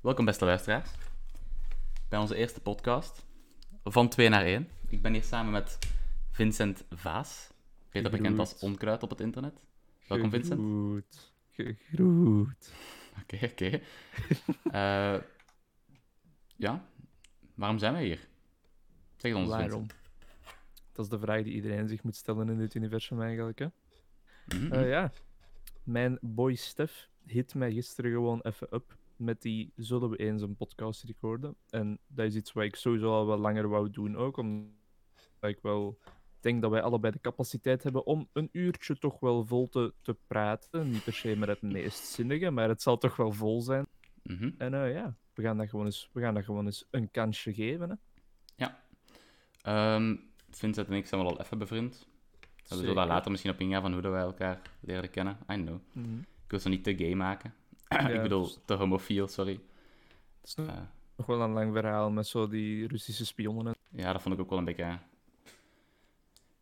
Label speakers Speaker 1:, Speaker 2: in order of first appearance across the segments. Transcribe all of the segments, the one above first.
Speaker 1: Welkom beste luisteraars, bij onze eerste podcast van 2 naar 1. Ik ben hier samen met Vincent Vaas, beter
Speaker 2: Groet.
Speaker 1: bekend als Onkruid op het internet. Welkom Vincent.
Speaker 2: Gegroet. Gegroet.
Speaker 1: Oké, oké. Eh, ja, waarom zijn wij hier? Zeg het ons
Speaker 2: Waarom?
Speaker 1: Vincent.
Speaker 2: Dat is de vraag die iedereen zich moet stellen in dit universum eigenlijk. Hè?
Speaker 1: Mhm.
Speaker 2: Eh, ja. Mijn boy Stef hit mij gisteren gewoon even up met die zullen we eens een podcast recorden. En dat is iets wat ik sowieso al wel langer wou doen ook, omdat ik wel denk dat wij allebei de capaciteit hebben om een uurtje toch wel vol te, te praten. Niet per se met het meest zinnige, maar het zal toch wel vol zijn.
Speaker 1: Mhm.
Speaker 2: En eh, ja, we gaan, dat gewoon eens, we gaan dat gewoon eens een kansje geven. Hè?
Speaker 1: Ehm, Vincent en ik zijn wel al even bevriend. We zullen daar
Speaker 2: Zeker.
Speaker 1: later misschien op ingaan van hoe dat wij elkaar leren kennen. I know.
Speaker 2: Mhm.
Speaker 1: Ik wil ze niet te gay maken. ik
Speaker 2: Ja,
Speaker 1: bedoel,
Speaker 2: dus-
Speaker 1: te homofiel, sorry.
Speaker 2: Het is nog-
Speaker 1: Eh,
Speaker 2: nog wel een lang verhaal met zo die Russische spionnen. en-
Speaker 1: ja, dat vond ik ook wel een beetje...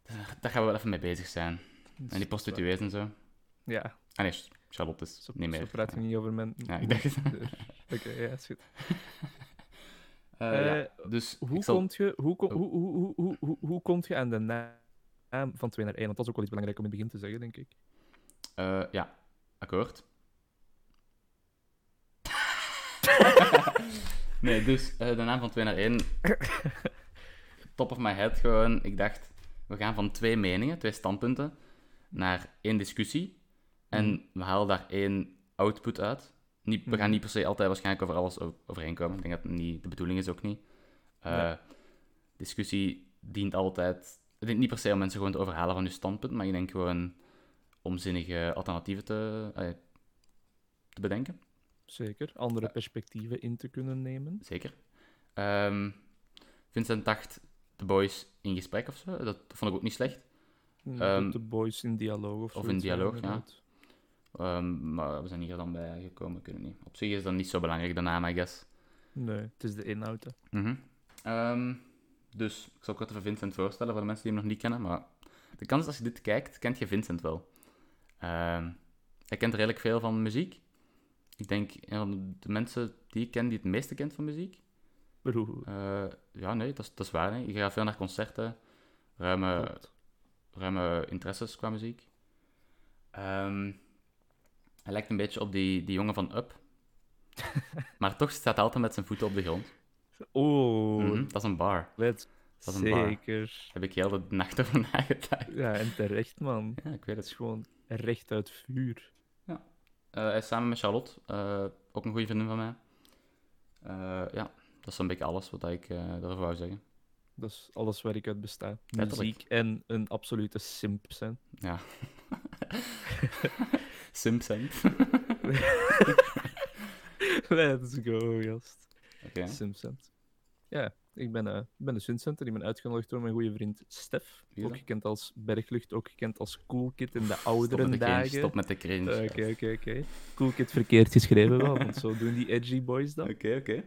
Speaker 1: Daar, daar gaan we wel even mee bezig zijn. En die prostituees en zo.
Speaker 2: Ja,
Speaker 1: Ah nee, Charlotte is
Speaker 2: zo,
Speaker 1: niet meer.
Speaker 2: zo praat je niet over mijn... Dus,
Speaker 1: Ja, ik dacht het.
Speaker 2: Oké, ja, is goed.
Speaker 1: Eh, ja.
Speaker 2: Eh,
Speaker 1: Dus
Speaker 2: Hoe
Speaker 1: ik zal-
Speaker 2: komt je hoe, kom,
Speaker 1: Oh.
Speaker 2: hoe, hoe, hoe, hoe, hoe, hoe komt je aan de na- naam van 2 naar 1? Want dat is ook wel iets belangrijk om in het begin te zeggen, denk ik.
Speaker 1: Eh, ja, akkoord. nee, dus eh, de naam van 2 naar 1. Top of my head gewoon. Ik dacht, we gaan van twee meningen, twee standpunten, naar één discussie. En we halen daar één output uit. Niet, we
Speaker 2: Mhm.
Speaker 1: gaan niet per se altijd waarschijnlijk over alles o- overeen komen. Ik denk dat het niet, de bedoeling is ook niet. Eh,
Speaker 2: Nee.
Speaker 1: Discussie dient altijd... Het dient niet per se om mensen gewoon te overhalen van hun standpunt, maar ik denk gewoon om zinnige alternatieven te, eh, te bedenken.
Speaker 2: Zeker. Andere
Speaker 1: Ja.
Speaker 2: perspectieven in te kunnen nemen.
Speaker 1: Zeker. Ehm, Vincent dacht de boys in gesprek of zo. Dat vond ik ook niet slecht. Ehm,
Speaker 2: Met de boys in dialoog of
Speaker 1: of in
Speaker 2: zoiets,
Speaker 1: dialoog, ja.
Speaker 2: inderdaad.
Speaker 1: Ehm, maar we zijn hier dan bij gekomen, kunnen niet. Op zich is dat niet zo belangrijk, de naam, I guess.
Speaker 2: Nee, het is de inhoud. hè.
Speaker 1: Mhm. Ehm, dus ik zal kort even Vincent voorstellen voor de mensen die hem nog niet kennen. Maar de kans is als je dit kijkt, kent je Vincent wel. Ehm, hij kent redelijk veel van muziek. Ik denk een van de mensen die ik ken die het meeste kent van muziek.
Speaker 2: Broer,
Speaker 1: Eh, ja, nee, dat is, dat is waar. Hè. Je gaat veel naar concerten, ruime,
Speaker 2: klopt.
Speaker 1: ruime interesses qua muziek. Ehm, hij lijkt een beetje op die, die jongen van Up. maar toch staat hij altijd met zijn voeten op de grond.
Speaker 2: Oh,
Speaker 1: Mhm, dat is een bar.
Speaker 2: let's...
Speaker 1: Dat is een bar.
Speaker 2: Zeker.
Speaker 1: Daar heb ik heel de nacht over nagedacht.
Speaker 2: Ja, en terecht, man.
Speaker 1: Ja, ik weet
Speaker 2: Het
Speaker 1: het.
Speaker 2: is gewoon recht uit vuur.
Speaker 1: Eh, hij is samen met Charlotte, eh, ook een goede vriendin van mij. Eh, ja, dat is een beetje alles wat ik eh daarover wou zeggen.
Speaker 2: Dat is alles waar ik uit besta.
Speaker 1: Letterlijk.
Speaker 2: Muziek en een absolute simp zijn.
Speaker 1: Ja. Simpson.
Speaker 2: Let's go, gast.
Speaker 1: Oké.
Speaker 2: Simp zijn. Ja, ik ben, eh, ik ben de Vincent en ik ben uitgenodigd door mijn goede vriend Stef.
Speaker 1: Wie is
Speaker 2: Ook
Speaker 1: dat?
Speaker 2: gekend als Berglucht, ook gekend als Cool Kid in de
Speaker 1: Stop met
Speaker 2: oudere
Speaker 1: de cringe.
Speaker 2: dagen.
Speaker 1: Stop met de cringe.
Speaker 2: Eh, Oké, oké, oké. Cool Kid verkeerd geschreven wel, want zo doen die edgy boys dat.
Speaker 1: Oké, oké.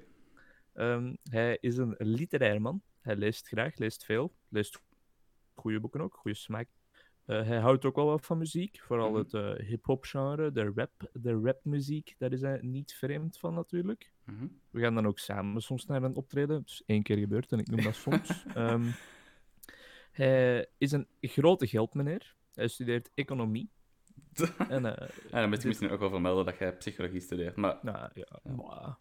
Speaker 2: Ehm, hij is een literair man. Hij leest graag, leest veel, leest goede boeken ook, goede smaak. Eh, hij houdt ook wel wat van muziek, vooral
Speaker 1: Mhm.
Speaker 2: het eh, hip-hop genre, de rap, de rapmuziek. Daar is hij niet vreemd van natuurlijk.
Speaker 1: Mhm.
Speaker 2: We gaan dan ook samen soms naar een optreden. Dat is één keer gebeurd en ik noem dat soms. Ehm, hij is een grote geldmeneer. Hij studeert economie. En eh,
Speaker 1: Ja, dan moet
Speaker 2: Dit-
Speaker 1: ik misschien ook wel vermelden dat jij psychologie studeert. Maar
Speaker 2: nou ja,
Speaker 1: Ja.
Speaker 2: mwah.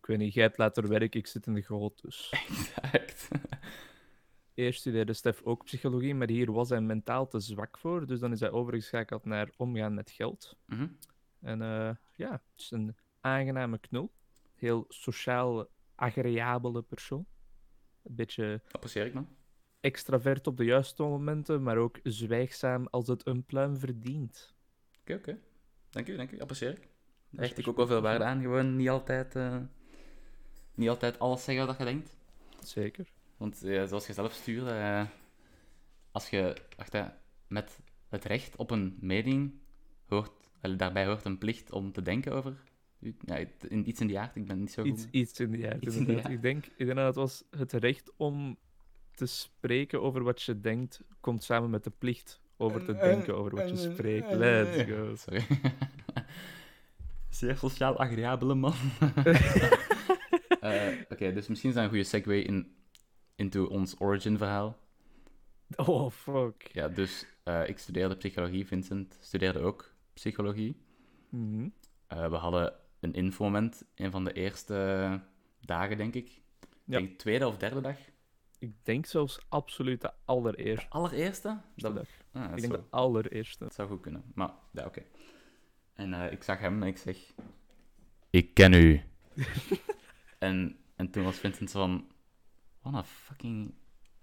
Speaker 2: ik weet niet, jij hebt later werk, ik zit in de goot, dus...
Speaker 1: exact.
Speaker 2: Eerst studeerde Stef ook psychologie, maar hier was hij mentaal te zwak voor. Dus dan is hij overgeschakeld naar omgaan met geld.
Speaker 1: Mhm.
Speaker 2: En eh, ja, het is een aangename knul. Heel sociaal, agreabele persoon. Een beetje
Speaker 1: Apprecieer ik man.
Speaker 2: extravert op de juiste momenten, maar ook zwijgzaam als het een pluim verdient.
Speaker 1: Oké, oké. Dank u, dank u. Apprecieer ik. Daar
Speaker 2: is
Speaker 1: hecht ik ook wel veel waarde aan. Gewoon niet altijd, eh, niet altijd alles zeggen wat je denkt.
Speaker 2: Zeker.
Speaker 1: Want eh, zoals je zelf stuurde, eh, als je wacht, hè, met het recht op een mening hoort, eh, daarbij hoort een plicht om te denken over u- ja, het- in- iets in die aard. Ik ben niet zo goed.
Speaker 2: Iets, iets in die aard,
Speaker 1: Iets in die
Speaker 2: inderdaad.
Speaker 1: aard.
Speaker 2: Ik denk, inderdaad, het was het recht om te spreken over wat je denkt, komt samen met de plicht over te
Speaker 1: En-
Speaker 2: denken over wat je
Speaker 1: en-
Speaker 2: spreekt.
Speaker 1: en-
Speaker 2: Let's go.
Speaker 1: Sorry. Zeer sociaal agreabele man. Eh, Oké, dus misschien is dat een goede segue in, into ons origin-verhaal.
Speaker 2: Oh, fuck.
Speaker 1: Ja, dus eh, ik studeerde psychologie, Vincent studeerde ook psychologie.
Speaker 2: Mhm.
Speaker 1: Eh, we hadden een infomoment, een van de eerste dagen, denk ik. Ik
Speaker 2: Ja.
Speaker 1: denk tweede of derde dag.
Speaker 2: Ik denk zelfs absoluut de allereerste.
Speaker 1: Allereerste? Dat,
Speaker 2: dag.
Speaker 1: ah,
Speaker 2: Ik
Speaker 1: zo.
Speaker 2: denk de allereerste.
Speaker 1: Dat zou goed kunnen. Maar, ja, oké. En eh, ik zag hem en ik zeg... Ik ken u. en, en toen was Vincent zo van... What a fucking...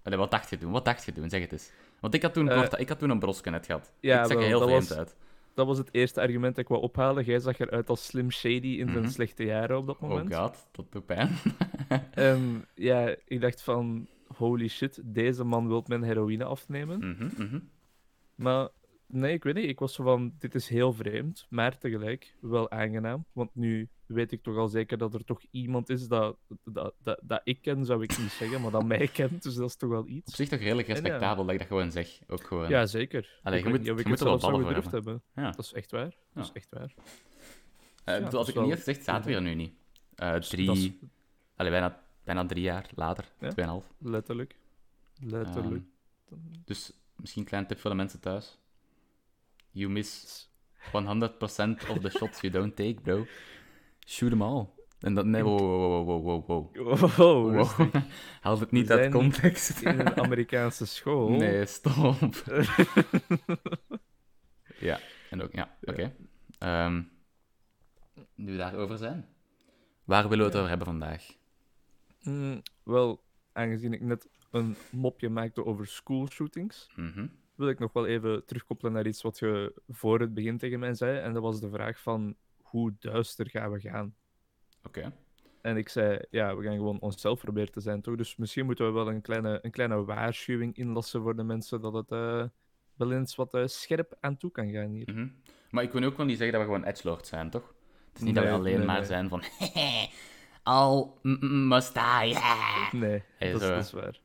Speaker 1: Allee, wat dacht je toen? Wat dacht je toen? Zeg het eens. Want ik had toen,
Speaker 2: Eh,
Speaker 1: kort, ik had toen een brosken net gehad.
Speaker 2: ja,
Speaker 1: ik zag er
Speaker 2: wel,
Speaker 1: heel
Speaker 2: dat
Speaker 1: vreemd
Speaker 2: was-
Speaker 1: uit.
Speaker 2: Dat was het eerste argument dat ik wou ophalen. Jij zag eruit als Slim Shady in zijn
Speaker 1: Mhm.
Speaker 2: slechte jaren op dat moment.
Speaker 1: Oh god, dat doet pijn.
Speaker 2: En ja, ik dacht van, holy shit, deze man wil mijn heroïne afnemen.
Speaker 1: Mhm, mhm.
Speaker 2: Maar nee, ik weet niet. Ik was zo van, dit is heel vreemd, maar tegelijk wel aangenaam. Want nu weet ik toch al zeker dat er toch iemand is dat, dat, dat, dat ik ken, zou ik niet zeggen, maar dat mij kent. Dus dat is toch wel
Speaker 1: Op
Speaker 2: iets.
Speaker 1: zich toch redelijk
Speaker 2: En ja.
Speaker 1: respectabel dat ik dat gewoon zeg. Ook gewoon.
Speaker 2: Ja, zeker.
Speaker 1: Allee,
Speaker 2: Ik
Speaker 1: je
Speaker 2: weet
Speaker 1: moet-
Speaker 2: niet of
Speaker 1: je
Speaker 2: ik
Speaker 1: moet
Speaker 2: het
Speaker 1: er wel
Speaker 2: zelf zou
Speaker 1: ballen voor
Speaker 2: gedurfd hebben.
Speaker 1: Ja.
Speaker 2: Dat is echt waar.
Speaker 1: Ja.
Speaker 2: Dat is echt waar.
Speaker 1: Eh, ik
Speaker 2: Ja,
Speaker 1: bedoel, als
Speaker 2: dat is
Speaker 1: ik het niet
Speaker 2: wel-
Speaker 1: had gezegd, zaten we er nu niet. Eh,
Speaker 2: Dus
Speaker 1: drie,
Speaker 2: Dat is
Speaker 1: allee, bijna, bijna drie jaar later,
Speaker 2: Ja.
Speaker 1: tweeënhalf. Eh,
Speaker 2: letterlijk. Letterlijk.
Speaker 1: Ehm, dus misschien een klein tip voor de mensen thuis. You miss 100% of the shots you don't take, bro. Shoot them all. En dat, nee, wow, wow, wow, wow, wow, wow.
Speaker 2: Oh,
Speaker 1: wow.
Speaker 2: rustig.
Speaker 1: Haal het
Speaker 2: We
Speaker 1: niet uit
Speaker 2: zijn Oh. niet
Speaker 1: context.
Speaker 2: in een Amerikaanse school.
Speaker 1: Nee, stop. ja, en ook, ja, oké. Ehm, nu we daarover zijn. Waar willen we het
Speaker 2: Ja.
Speaker 1: over hebben vandaag?
Speaker 2: Mm, wel, aangezien ik net een mopje maakte over school shootings,
Speaker 1: Mhm.
Speaker 2: wil ik nog wel even terugkoppelen naar iets wat je voor het begin tegen mij zei. En dat was de vraag van hoe duister gaan we gaan?
Speaker 1: Oké.
Speaker 2: En ik zei, ja, we gaan gewoon onszelf proberen te zijn, toch? Dus misschien moeten we wel een kleine, een kleine waarschuwing inlassen voor de mensen dat het eh, wel eens wat eh, scherp aan toe kan gaan hier.
Speaker 1: mhm. Maar ik wil ook wel niet zeggen dat we gewoon edgelord zijn, toch? Het is niet dat
Speaker 2: Nee,
Speaker 1: we alleen
Speaker 2: nee,
Speaker 1: maar
Speaker 2: nee.
Speaker 1: zijn van... Al mm, mm, must die. yeah.
Speaker 2: Nee,
Speaker 1: Hey,
Speaker 2: dat, is-
Speaker 1: zo.
Speaker 2: dat is waar.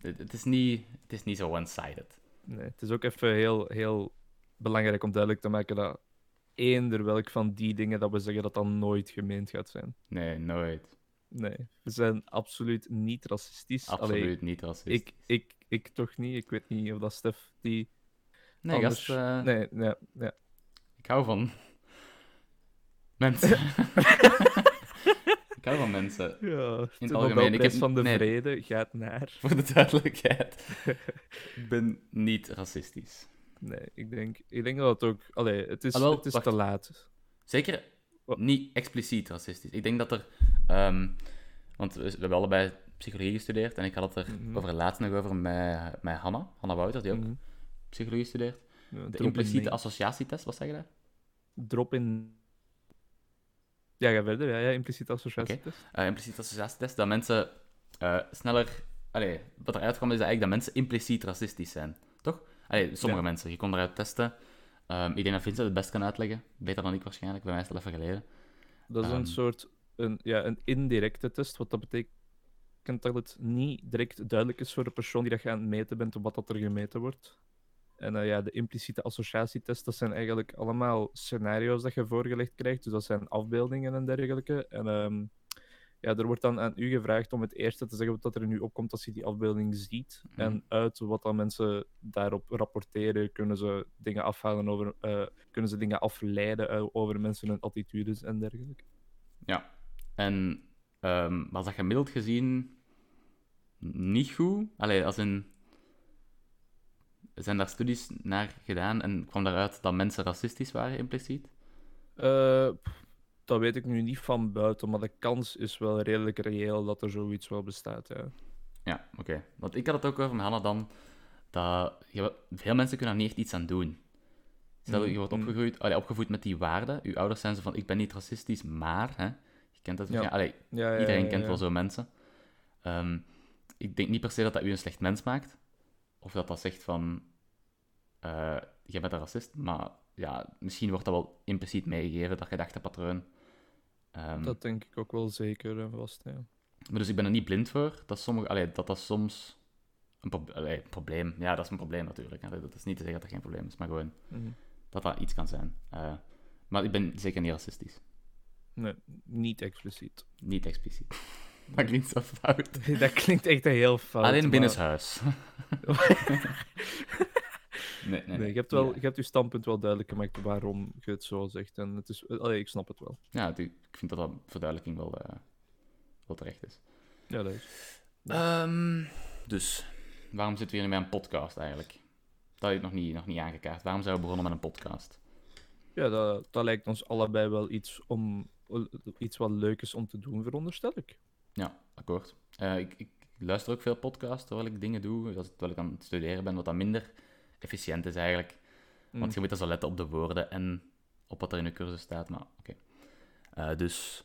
Speaker 1: Het, het is niet, het is niet zo one-sided.
Speaker 2: Nee, het is ook even heel, heel belangrijk om duidelijk te maken dat eender welk van die dingen dat we zeggen dat dan nooit gemeend gaat zijn.
Speaker 1: Nee, nooit.
Speaker 2: Nee, we zijn absoluut niet racistisch. Allee,
Speaker 1: Absoluut niet racist.
Speaker 2: ik, ik, ik toch niet. Ik weet niet of dat Stef die
Speaker 1: nee,
Speaker 2: anders...
Speaker 1: gast, eh,
Speaker 2: Nee, nee, nee.
Speaker 1: ik hou van... Mensen. ik hou van mensen.
Speaker 2: Ja,
Speaker 1: het
Speaker 2: de
Speaker 1: algemeen, ik
Speaker 2: Nobelprijs
Speaker 1: heb-
Speaker 2: van de
Speaker 1: nee.
Speaker 2: Vrede gaat naar...
Speaker 1: Voor de duidelijkheid. ik ben niet racistisch.
Speaker 2: Nee, ik denk, ik denk dat het ook... Allee, het is,
Speaker 1: Alhoewel,
Speaker 2: het is
Speaker 1: Ah, wacht.
Speaker 2: te laat.
Speaker 1: Zeker
Speaker 2: Wat?
Speaker 1: niet expliciet racistisch. Ik denk dat er... ehm, want we, we hebben allebei psychologie gestudeerd. En ik had het er
Speaker 2: Mhm.
Speaker 1: over laatst nog over met, met Hanna. Hanna Wouter, die ook
Speaker 2: Mhm.
Speaker 1: psychologie studeert.
Speaker 2: Ja,
Speaker 1: De
Speaker 2: drop in
Speaker 1: impliciete
Speaker 2: name.
Speaker 1: associatietest, wat zeg je daar?
Speaker 2: Drop in... Ja, ga verder. Ja, ja impliciete associatietest.
Speaker 1: Eh, impliciete associatietest, dat mensen eh, sneller... Allee, wat eruit kwam is dat eigenlijk dat mensen impliciet racistisch zijn. Toch? Allee, sommige
Speaker 2: Ja.
Speaker 1: mensen. Je kon eruit testen. Ehm, ik denk dat Vincent het best kan uitleggen. Beter dan ik waarschijnlijk. Bij mij is het al even geleden.
Speaker 2: Dat is
Speaker 1: Ehm.
Speaker 2: een soort een, ja, een indirecte test, wat dat betekent dat het niet direct duidelijk is voor de persoon die dat je aan het meten bent, wat dat er gemeten wordt. En eh, ja, de impliciete associatietest, dat zijn eigenlijk allemaal scenario's dat je voorgelegd krijgt. Dus dat zijn afbeeldingen en dergelijke. En ehm, ja, er wordt dan aan u gevraagd om het eerste te zeggen wat dat er nu opkomt als je die afbeelding ziet.
Speaker 1: Mhm.
Speaker 2: En uit wat dan mensen daarop rapporteren, kunnen ze dingen afhalen over, eh, kunnen ze dingen afleiden eh, over mensen hun attitudes en dergelijke.
Speaker 1: Ja. En ehm, was dat gemiddeld gezien niet goed? Allee, als in... Zijn daar studies naar gedaan en kwam daaruit dat mensen racistisch waren, impliciet?
Speaker 2: Eh, pff, dat weet ik nu niet van buiten, maar de kans is wel redelijk reëel dat er zoiets wel bestaat. Ja.
Speaker 1: Ja, oké. Want ik had het ook over met Hanna dan, dat je- veel mensen kunnen daar niet echt iets aan doen. Stel,
Speaker 2: Mhm,
Speaker 1: je wordt
Speaker 2: mhm.
Speaker 1: opgegroeid, allee, opgevoed met die waarden. Uw ouders zijn zo van, ik ben niet racistisch, maar... Hè, je kent dat
Speaker 2: Ja.
Speaker 1: waarschijnlijk. Allee,
Speaker 2: Ja, ja,
Speaker 1: Iedereen
Speaker 2: ja,
Speaker 1: kent
Speaker 2: Eh, ja.
Speaker 1: wel zo'n mensen. Ehm, ik denk niet per se dat dat u een slecht mens maakt. Of dat dat zegt van... eh jij bent een racist, maar ja, misschien wordt dat wel impliciet meegegeven, dat gedachtepatroon. Ehm,
Speaker 2: Dat denk ik ook wel zeker en vast. Ja.
Speaker 1: Maar dus ik ben er niet blind voor dat, sommige, allee, dat dat soms een prob- allee, probleem...
Speaker 2: Hm.
Speaker 1: Ja, dat is een probleem natuurlijk. hè. Dat is niet te zeggen dat dat geen probleem is, maar gewoon
Speaker 2: Mhm.
Speaker 1: dat dat iets kan zijn. Eh, Maar ik ben zeker niet racistisch.
Speaker 2: Nee, niet expliciet.
Speaker 1: Niet expliciet. Dat klinkt zo fout.
Speaker 2: dat klinkt echt heel fout.
Speaker 1: Alleen
Speaker 2: maar-
Speaker 1: binnenshuis. nee, nee,
Speaker 2: Nee, je hebt, wel, je hebt je standpunt wel duidelijk gemaakt waarom je het zo zegt. En het is, allee, ik snap het wel.
Speaker 1: Ja, het- ik vind dat dat verduidelijking wel, eh, wel terecht is.
Speaker 2: Ja, dat is.
Speaker 1: Ehm, dus, waarom zitten we hier nu met een podcast eigenlijk? Dat heb ik nog niet, nog niet aangekaart. Waarom zijn we begonnen met een podcast?
Speaker 2: Ja, dat, dat lijkt ons allebei wel iets, om, iets wat leuk is om te doen, veronderstel ik.
Speaker 1: Ja, akkoord. Eh, ik, ik luister ook veel podcasts terwijl ik dingen doe. Als- Terwijl ik aan het studeren ben, wat dan minder efficiënt is eigenlijk.
Speaker 2: Hm. Mm.
Speaker 1: Want je moet dan zo letten op de woorden en op wat er in de cursus staat. Maar oké. Eh, dus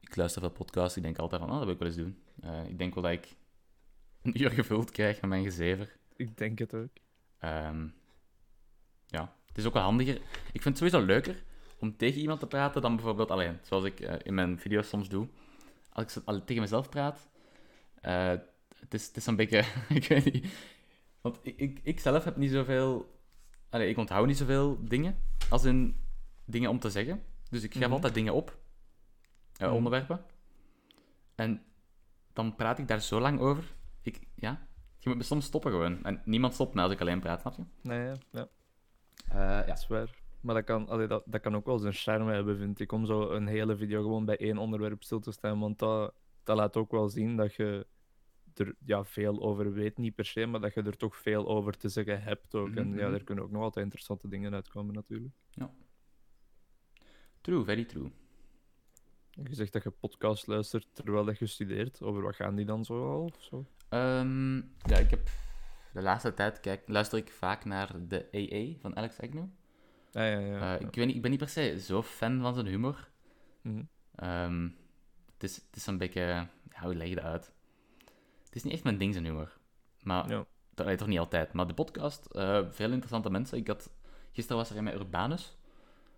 Speaker 1: ik luister veel podcasts. Ik denk altijd van, oh, dat wil ik wel eens doen. Eh, ik denk wel dat ik een uur gevuld krijg met mijn gezever.
Speaker 2: Ik denk het ook.
Speaker 1: Ehm, ja, het is ook wel handiger. Ik vind het sowieso leuker om tegen iemand te praten dan bijvoorbeeld alleen. Zoals ik eh, in mijn video's soms doe. Als ik zo- al- tegen mezelf praat, eh, het, is, het is een beetje... ik weet niet. Want ik, ik, ik zelf heb niet zoveel... Allee, ik onthoud niet zoveel dingen, als in dingen om te zeggen. Dus ik schrijf
Speaker 2: Mhm.
Speaker 1: altijd dingen op, eh,
Speaker 2: Mhm.
Speaker 1: onderwerpen. En dan praat ik daar zo lang over. Ik, ja, je moet me soms stoppen gewoon. En niemand stopt me als ik alleen praat, snap je?
Speaker 2: Nee, Nou ja, ja,
Speaker 1: Eh, ja.
Speaker 2: dat is waar. Maar dat kan, allee, dat, dat kan ook wel zijn charme hebben, vind ik. Om zo een hele video gewoon bij één onderwerp stil te staan. Want dat, dat laat ook wel zien dat je er ja, veel over weet. Niet per se, maar dat je er toch veel over te zeggen hebt ook. En ja,
Speaker 1: Mhm.
Speaker 2: daar kunnen ook nog altijd interessante dingen uitkomen, natuurlijk.
Speaker 1: True, very true.
Speaker 2: Je zegt dat je podcast luistert terwijl dat je studeert. Over wat gaan die dan zo al? Of zo?
Speaker 1: Ehm, ja, ik heb... De laatste tijd kijk, luister ik vaak naar de EE van Alex Agnew.
Speaker 2: Ah, ja, ja, ja.
Speaker 1: Eh, ik, weet niet, ik ben niet per se zo fan van zijn humor.
Speaker 2: Mhm.
Speaker 1: Ehm, het, is, het is een beetje... Ja, hoe leg je dat uit? Het is niet echt mijn ding, zijn humor. Maar...
Speaker 2: Ja.
Speaker 1: Dat nee, toch niet altijd. Maar de podcast, eh, veel interessante mensen. Ik had... Gisteren was er een met Urbanus.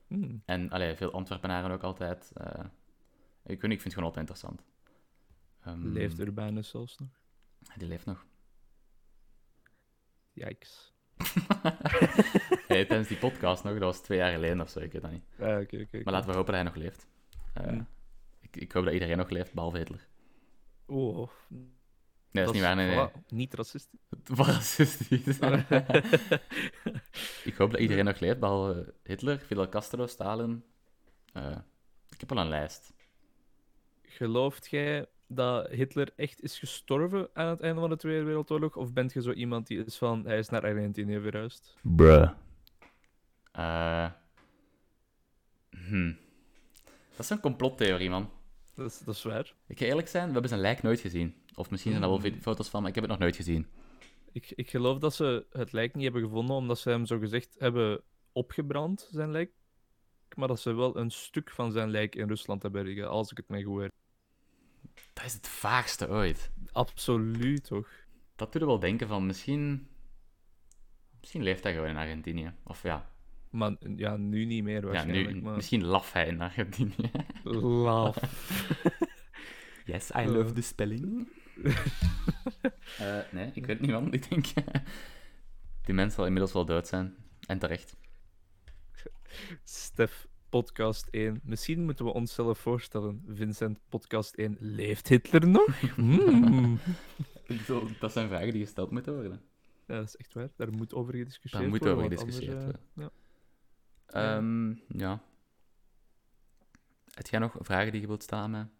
Speaker 2: Hm.
Speaker 1: En allee, veel Antwerpenaren ook altijd. eh, ik, weet niet, ik vind het gewoon altijd interessant. Ehm,
Speaker 2: Leeft Urbanus zelfs nog?
Speaker 1: Die leeft nog.
Speaker 2: Yikes.
Speaker 1: Hey, tijdens die podcast nog, dat was twee jaar geleden of zo, ik weet dat niet.
Speaker 2: Ah, oké, oké. oké.
Speaker 1: Maar laten we hopen dat hij nog leeft. Eh,
Speaker 2: Hmm.
Speaker 1: ik, ik hoop dat iedereen nog leeft, behalve Hitler.
Speaker 2: Oh, dat,
Speaker 1: Nee, dat is niet waar, nee, nee.
Speaker 2: voilà, niet racistisch.
Speaker 1: Wat racistisch. ik hoop dat iedereen nog leeft, behalve Hitler, Fidel Castro, Stalin. Eh, ik heb al een lijst.
Speaker 2: Eh, Gelooft jij dat Hitler echt is gestorven aan het einde van de Tweede Wereldoorlog? Of bent je zo iemand die is van, hij is naar Argentinië verhuisd?
Speaker 1: Bruh. Eh, hm. Dat is een complottheorie, man.
Speaker 2: Dat is, dat is waar.
Speaker 1: Ik ga eerlijk zijn, we hebben zijn lijk nooit gezien. Of misschien zijn er wel vi- foto's van, maar ik heb het nog nooit gezien.
Speaker 2: Ik, ik geloof dat ze het lijk niet hebben gevonden, omdat ze hem zo gezegd hebben opgebrand, zijn lijk. Maar dat ze wel een stuk van zijn lijk in Rusland hebben liggen, als ik het mij goed herinner.
Speaker 1: Dat is het vaagste ooit.
Speaker 2: Absoluut, toch?
Speaker 1: Dat doet er wel denken van misschien. Misschien leeft hij gewoon in Argentinië. Of ja,
Speaker 2: Maar ja, nu niet meer
Speaker 1: ja nu,
Speaker 2: waarschijnlijk. maar...
Speaker 1: misschien laf hij in Argentinië.
Speaker 2: Laf.
Speaker 1: Yes, I love the spelling. Eh, nee, ik weet het niet, man. Ik denk. die mensen zal inmiddels wel dood zijn. En terecht.
Speaker 2: Stef, podcast 1. Misschien moeten we onszelf voorstellen. Vincent, podcast 1. Leeft Hitler nog? Hmm.
Speaker 1: Dat zijn vragen die gesteld moeten worden.
Speaker 2: Ja, dat is echt waar. Daar moet over gediscussieerd
Speaker 1: Daar moet
Speaker 2: worden.
Speaker 1: over
Speaker 2: want
Speaker 1: gediscussieerd
Speaker 2: anders, eh, Ja.
Speaker 1: Ehm ja. Heb jij nog vragen die je wilt stellen aan mij?
Speaker 2: ja.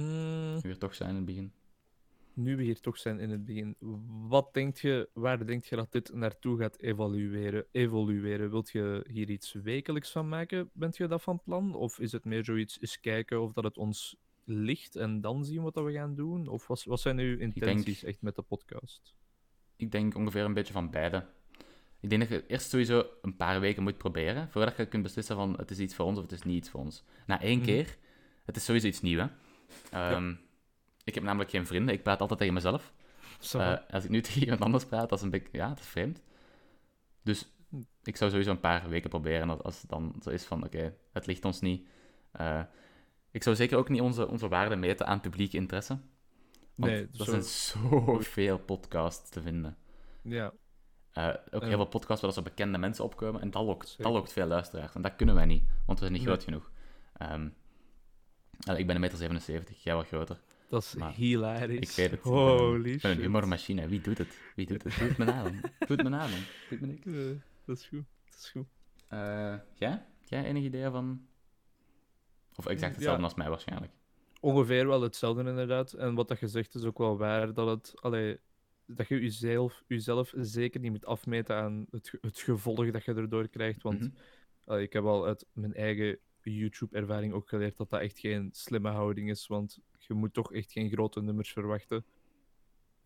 Speaker 2: Mm,
Speaker 1: Nu weer toch zijn in het begin.
Speaker 2: nu we hier toch zijn in het begin. Wat denk je, waar denk je dat dit naartoe gaat evalueren? evolueren? Wilt je hier iets wekelijks van maken? Bent je dat van plan? Of is het meer zoiets, eens kijken of dat het ons ligt en dan zien wat dat we gaan doen? Of wat, wat zijn uw intenties echt met de podcast?
Speaker 1: Ik denk ongeveer een beetje van beide. Ik denk dat je eerst sowieso een paar weken moet proberen, voordat je kunt beslissen van het is iets voor ons of het is niet iets voor ons. Na één
Speaker 2: Mhm.
Speaker 1: keer, het is sowieso iets nieuws. hè. Ehm, Ik heb namelijk geen vrienden, ik praat altijd tegen mezelf.
Speaker 2: Zo.
Speaker 1: Eh, als ik nu tegen iemand anders praat, dat is een beetje, ja, het is vreemd. Dus ik zou sowieso een paar weken proberen, en als- als het dan zo is van, oké, het ligt ons niet. Eh, ik zou zeker ook niet onze, onze waarde meten aan publieke interesse. Want
Speaker 2: nee,
Speaker 1: er
Speaker 2: zo-
Speaker 1: zijn zoveel podcasts te vinden.
Speaker 2: ja.
Speaker 1: Eh, ook
Speaker 2: Ja.
Speaker 1: heel veel podcasts waar dat ze bekende mensen opkomen. En dat lokt, dat
Speaker 2: Zeker.
Speaker 1: lokt veel luisteraars. En dat kunnen wij niet, want we zijn niet
Speaker 2: Nee.
Speaker 1: groot genoeg. Ehm, eh, ik ben 1,77 meter, 77, jij wat groter.
Speaker 2: Dat is
Speaker 1: Maar
Speaker 2: hilarisch.
Speaker 1: Ik weet het. ik ben,
Speaker 2: Holy
Speaker 1: een- ik ben
Speaker 2: shit.
Speaker 1: een humormachine. Wie doet het? Wie doet het? Doe het me na, man. Doe het me na, man. Doe het me niks.
Speaker 2: Eh, dat is goed. Dat is goed.
Speaker 1: Eh, jij? Jij enig idee van... Of exact
Speaker 2: Ja.
Speaker 1: hetzelfde als mij waarschijnlijk.
Speaker 2: Ongeveer wel hetzelfde, inderdaad. En wat dat je zegt is ook wel waar. Dat, het, allee, dat je jezelf, jezelf zeker niet moet afmeten aan het, ge- het gevolg dat je erdoor krijgt. Want
Speaker 1: Mhm.
Speaker 2: allee, ik heb al uit mijn eigen YouTube-ervaring ook geleerd dat dat echt geen slimme houding is. Want je moet toch echt geen grote nummers verwachten.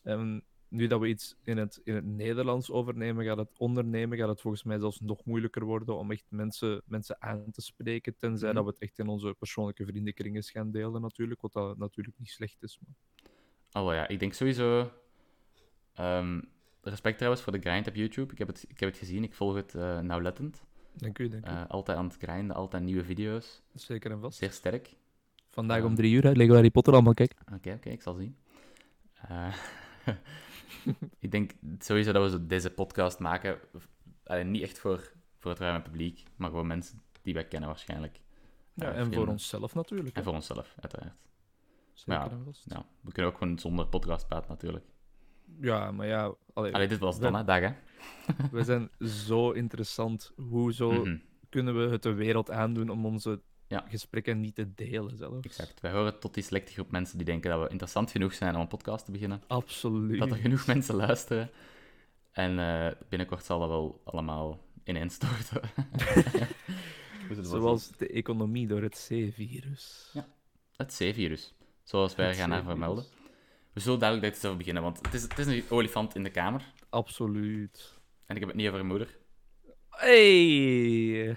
Speaker 2: En nu dat we iets in het, in het Nederlands overnemen, gaat het ondernemen, gaat het volgens mij zelfs nog moeilijker worden om echt mensen, mensen aan te spreken. Tenzij
Speaker 1: Mhm.
Speaker 2: dat we het echt in onze persoonlijke vriendenkringen gaan delen, natuurlijk. Wat dat natuurlijk niet slecht is. Maar...
Speaker 1: Oh wel ja, ik denk sowieso. ehm, respect trouwens voor de grind op YouTube. Ik heb het, ik heb het gezien, ik volg het eh, nauwlettend.
Speaker 2: Dank u, dank u.
Speaker 1: Eh, altijd aan het grinden, altijd nieuwe video's.
Speaker 2: Zeker en vast.
Speaker 1: Zeer sterk.
Speaker 2: Vandaag
Speaker 1: ja.
Speaker 2: om drie uur, hè, Lego Harry Potter allemaal, kijk.
Speaker 1: Oké, oké, ik zal zien. Eh, ik denk sowieso dat we zo deze podcast maken. v- allee, niet echt voor, voor het ruime publiek, maar gewoon mensen die wij kennen waarschijnlijk.
Speaker 2: Ja,
Speaker 1: Eh,
Speaker 2: en voor
Speaker 1: vrienden.
Speaker 2: onszelf natuurlijk.
Speaker 1: En
Speaker 2: hè.
Speaker 1: voor onszelf, uiteraard.
Speaker 2: Zeker
Speaker 1: ja.
Speaker 2: en vast.
Speaker 1: Nou, we kunnen ook gewoon zonder podcast praten natuurlijk.
Speaker 2: Ja, maar ja, allee,
Speaker 1: Allee, dit was het dan, hè? Dag, hè?
Speaker 2: we zijn zo interessant. Hoezo
Speaker 1: Mhm.
Speaker 2: kunnen we het de wereld aandoen om onze
Speaker 1: Ja.
Speaker 2: gesprekken niet te delen zelfs?
Speaker 1: Exact. Wij horen tot die selecte groep mensen die denken dat we interessant genoeg zijn om een podcast te beginnen.
Speaker 2: Absoluut.
Speaker 1: Dat er genoeg mensen luisteren. En eh, binnenkort zal dat wel allemaal ineenstorten. Moet het wel zien.
Speaker 2: Zoals de economie door het C-virus.
Speaker 1: Ja, Het C-virus. Zoals wij
Speaker 2: Het dus.
Speaker 1: er gaan naar
Speaker 2: C-virus.
Speaker 1: vermelden. We zullen dadelijk direct zelf beginnen, want het is, het is een olifant in de kamer.
Speaker 2: Absoluut.
Speaker 1: En ik heb het niet over een moeder.
Speaker 2: Hey!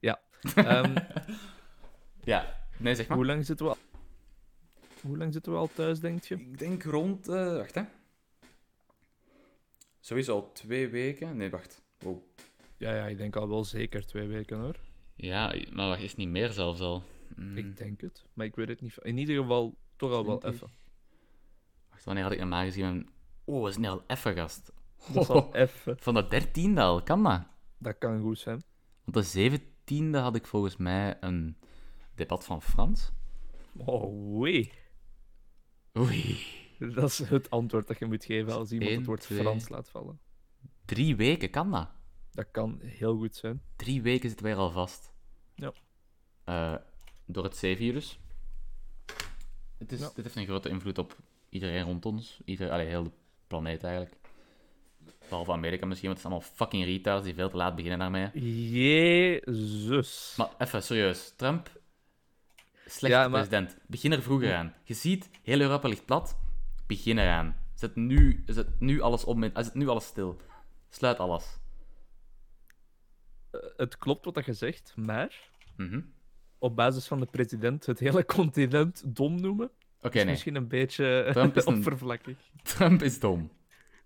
Speaker 2: Ja. ehm,
Speaker 1: Ja, nee, zeg maar.
Speaker 2: hoe, lang zitten we al... hoe lang zitten we al thuis, denk je?
Speaker 1: Ik denk rond... eh, wacht, hè. Sowieso al twee weken. Nee, wacht. Wow.
Speaker 2: Ja, ja, ik denk al wel zeker twee weken hoor.
Speaker 1: Ja, maar wacht, is niet meer zelfs al. Mm.
Speaker 2: Ik denk het. Maar ik weet het niet. In ieder geval toch al wel
Speaker 1: 20.
Speaker 2: even.
Speaker 1: Wacht, wanneer had ik normaal gezien? Oh, is snel effen gast.
Speaker 2: Dat is
Speaker 1: Oh.
Speaker 2: al even.
Speaker 1: Van de dertiende al, kan dat?
Speaker 2: Dat kan goed zijn.
Speaker 1: Want de zeventiende had ik volgens mij een debat van Frans.
Speaker 2: Oh, wee.
Speaker 1: Oei.
Speaker 2: Dat is het antwoord dat je moet geven als iemand
Speaker 1: Eén,
Speaker 2: het woord
Speaker 1: twee.
Speaker 2: Frans laat vallen.
Speaker 1: Drie weken, kan dat?
Speaker 2: Dat kan heel goed zijn.
Speaker 1: Drie weken zitten wij er al vast.
Speaker 2: Ja.
Speaker 1: Eh, door het C-virus. Het is,
Speaker 2: Ja.
Speaker 1: Dit heeft een grote invloed op iedereen rond ons. Ieder, allee, heel de planeet eigenlijk. Behalve Amerika misschien, want het zijn allemaal fucking retards die veel te laat beginnen daarmee.
Speaker 2: Jezus.
Speaker 1: Maar even serieus, Trump, slechte
Speaker 2: Ja, maar-
Speaker 1: president. Begin er vroeger aan. Je ziet, heel Europa ligt plat. Begin eraan. Zet nu, zet nu alles op, met- zet nu alles stil. Sluit alles.
Speaker 2: Het klopt wat dat je zegt, maar
Speaker 1: Mhm.
Speaker 2: op basis van de president het hele continent dom noemen,
Speaker 1: Oké, nee.
Speaker 2: is Dus misschien een beetje
Speaker 1: Trump is een-
Speaker 2: oppervlakkig.
Speaker 1: Trump is dom.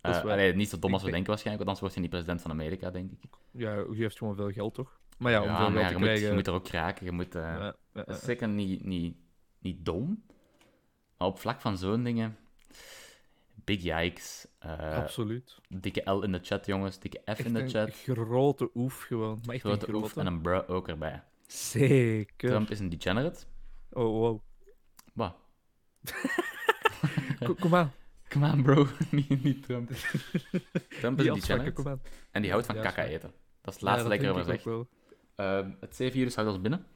Speaker 2: Dat is
Speaker 1: Eh,
Speaker 2: waar.
Speaker 1: allee, niet zo dom
Speaker 2: Ik
Speaker 1: als we
Speaker 2: denk-
Speaker 1: denken waarschijnlijk, want anders wordt hij niet president van Amerika, denk ik.
Speaker 2: Ja, je heeft gewoon veel geld, toch? Maar ja, om veel
Speaker 1: maar
Speaker 2: geld
Speaker 1: je,
Speaker 2: te
Speaker 1: moet,
Speaker 2: krijgen...
Speaker 1: je moet er ook raken. Je moet, eh,
Speaker 2: Ja, ja,
Speaker 1: dat is
Speaker 2: ja.
Speaker 1: zeker niet, niet, niet dom. Maar op vlak van zo'n dingen... Big yikes. eh,
Speaker 2: Absoluut.
Speaker 1: dikke L in de chat, jongens. Dikke F
Speaker 2: Echt
Speaker 1: in de
Speaker 2: een
Speaker 1: chat.
Speaker 2: grote oef gewoon. Maar echt een
Speaker 1: grote oef
Speaker 2: grote.
Speaker 1: en een bruh ook erbij.
Speaker 2: Zeker.
Speaker 1: Trump is een degenerate.
Speaker 2: Oh, wow.
Speaker 1: Wat?
Speaker 2: Ko- Kom aan.
Speaker 1: Come on, bro. niet, niet Trump. Trump is een
Speaker 2: Die afspraken, kom
Speaker 1: degenerate.
Speaker 2: aan.
Speaker 1: En die houdt van
Speaker 2: Ja,
Speaker 1: kakka
Speaker 2: sorry.
Speaker 1: eten. Dat is het laatste
Speaker 2: Ja,
Speaker 1: dat ik
Speaker 2: dat
Speaker 1: erover
Speaker 2: denk
Speaker 1: zeg.
Speaker 2: ik ook wel.
Speaker 1: Ehm, het C-virus houdt ons binnen.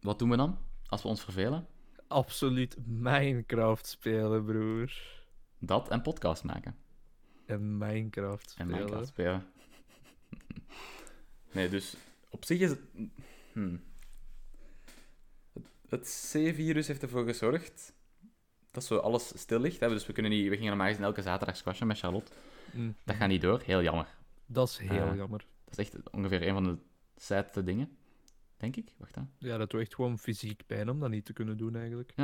Speaker 1: Wat doen we dan? Als we ons vervelen?
Speaker 2: Absoluut Minecraft spelen, broer.
Speaker 1: Dat en podcast maken.
Speaker 2: En Minecraft
Speaker 1: En
Speaker 2: spelen.
Speaker 1: Minecraft spelen. nee, dus op zich is het... hmm. Het- Het C-virus heeft ervoor gezorgd dat zo alles stil ligt. hè. Dus we, kunnen niet, we gingen normaal gezien elke zaterdag squashen met Charlotte.
Speaker 2: Mm.
Speaker 1: Dat gaat niet door. Heel jammer.
Speaker 2: Dat is heel
Speaker 1: Eh.
Speaker 2: jammer.
Speaker 1: Dat is echt ongeveer een van de saaiste dingen, denk ik. Wacht aan.
Speaker 2: Ja, dat doet echt gewoon fysiek pijn om dat niet te kunnen doen, eigenlijk.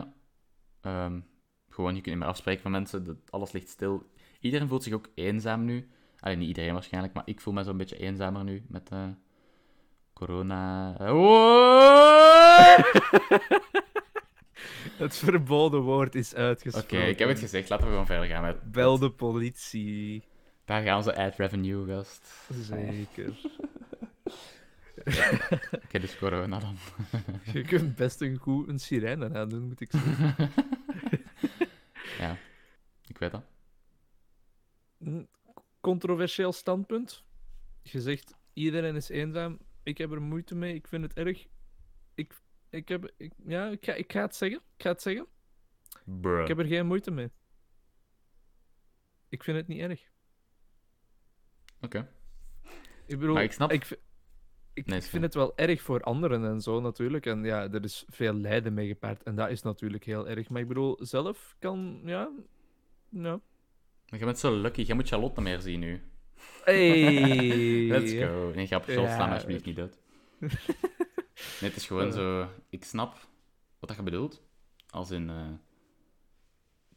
Speaker 1: Ehm, gewoon, je kunt niet meer afspreken van mensen. Dat, alles ligt stil. Iedereen voelt zich ook eenzaam nu. Allee, niet iedereen waarschijnlijk, maar ik voel me zo'n beetje eenzamer nu met eh, corona. Oh!
Speaker 2: Het verboden woord is
Speaker 1: Oké,
Speaker 2: uitgesproken.
Speaker 1: ik heb het gezegd. Laten we gewoon verder gaan met...
Speaker 2: Bel de politie.
Speaker 1: Daar gaan ze ad revenue, gast.
Speaker 2: Zeker.
Speaker 1: Oké, dus corona dan.
Speaker 2: Je kunt best een goed een sirene aan doen, moet ik zeggen.
Speaker 1: ja, ik weet dat.
Speaker 2: Een controversieel standpunt. Je zegt, iedereen is eenzaam. Ik heb er moeite mee. Ik vind het erg. Ik, ik, heb, ik, ja, ik, ga, ik ga het zeggen. Ik ga het zeggen.
Speaker 1: Bruh.
Speaker 2: Ik heb er geen moeite mee. Ik vind het niet erg.
Speaker 1: Oké.
Speaker 2: Ik bedoel,
Speaker 1: Maar ik snap-
Speaker 2: Ik, v- ik,
Speaker 1: Nee,
Speaker 2: ik
Speaker 1: is
Speaker 2: vind het wel erg voor anderen en zo natuurlijk. En ja, er is veel lijden mee gepaard. En dat is natuurlijk heel erg. Maar ik bedoel, zelf kan, ja. Nou.
Speaker 1: Maar je bent zo lucky. Jij moet Charlotte meer zien nu.
Speaker 2: Hey!
Speaker 1: Let's go. Nee, grap. Charlotte, sla me
Speaker 2: Ja.
Speaker 1: alsjeblieft niet uit. Nee, het is gewoon
Speaker 2: Eh.
Speaker 1: zo... Ik snap wat dat je bedoelt. Als in... eh,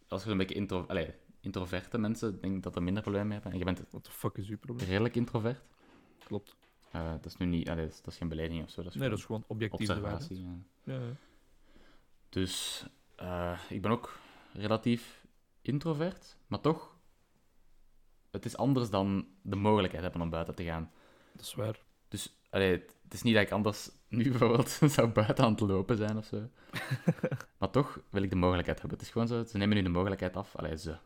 Speaker 1: als je een beetje intro... Allee, introverte mensen, denk ik dat er minder problemen mee hebben. En je bent
Speaker 2: What the fuck is uw probleem?
Speaker 1: redelijk introvert.
Speaker 2: Klopt.
Speaker 1: Eh, dat is nu niet... allee, dat, is, dat is geen belediging of zo. Dat is
Speaker 2: Nee, dat
Speaker 1: gewoon
Speaker 2: is gewoon objectief de waarheid.
Speaker 1: observatie. ja.
Speaker 2: Ja, ja.
Speaker 1: Dus eh, ik ben ook relatief introvert, maar toch, het is anders dan de mogelijkheid hebben om buiten te gaan.
Speaker 2: dat is waar.
Speaker 1: Dus allee, het, het is niet dat ik anders nu bijvoorbeeld zou buiten aan het lopen zijn of zo. maar toch wil ik de mogelijkheid hebben. Het is gewoon zo, ze nemen nu de mogelijkheid af. Allee, ze.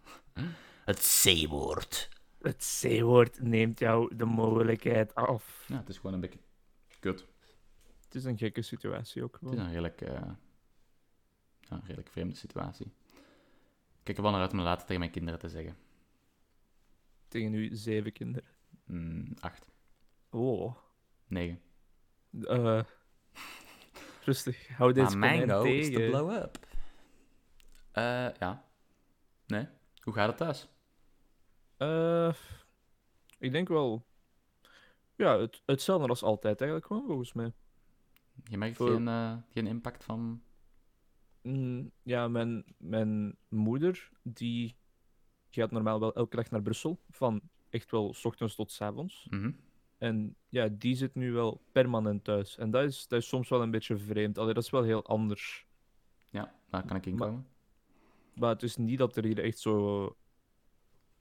Speaker 1: Het C-woord.
Speaker 2: Het C-woord neemt jou de mogelijkheid af.
Speaker 1: Ja, het is gewoon een beetje kut.
Speaker 2: Het is een gekke situatie ook
Speaker 1: Het is
Speaker 2: wel.
Speaker 1: een redelijk, eh, ja, een redelijk vreemde situatie. Ik kijk er wel naar uit om dat later tegen mijn kinderen te zeggen.
Speaker 2: Tegen nu zeven kinderen.
Speaker 1: Mm, acht,
Speaker 2: Oh.
Speaker 1: negen.
Speaker 2: Eh, rustig, hou deze
Speaker 1: Maar
Speaker 2: comment tegen.
Speaker 1: blow-up. Eh, ja. Nee. Hoe gaat het thuis?
Speaker 2: Eh, ik denk wel. Ja, het, hetzelfde als altijd eigenlijk gewoon, volgens mij.
Speaker 1: Je merkt
Speaker 2: Voor-
Speaker 1: geen, eh, geen impact van...
Speaker 2: Mm, ja, mijn, mijn moeder, die gaat normaal wel elke dag naar Brussel. Van echt wel s ochtends tot 's avonds.
Speaker 1: Mhm.
Speaker 2: En ja, die zit nu wel permanent thuis. En dat is, dat is soms wel een beetje vreemd. Allee, dat is wel heel anders.
Speaker 1: Ja, daar kan ik in komen.
Speaker 2: Maar het is niet dat er hier echt zo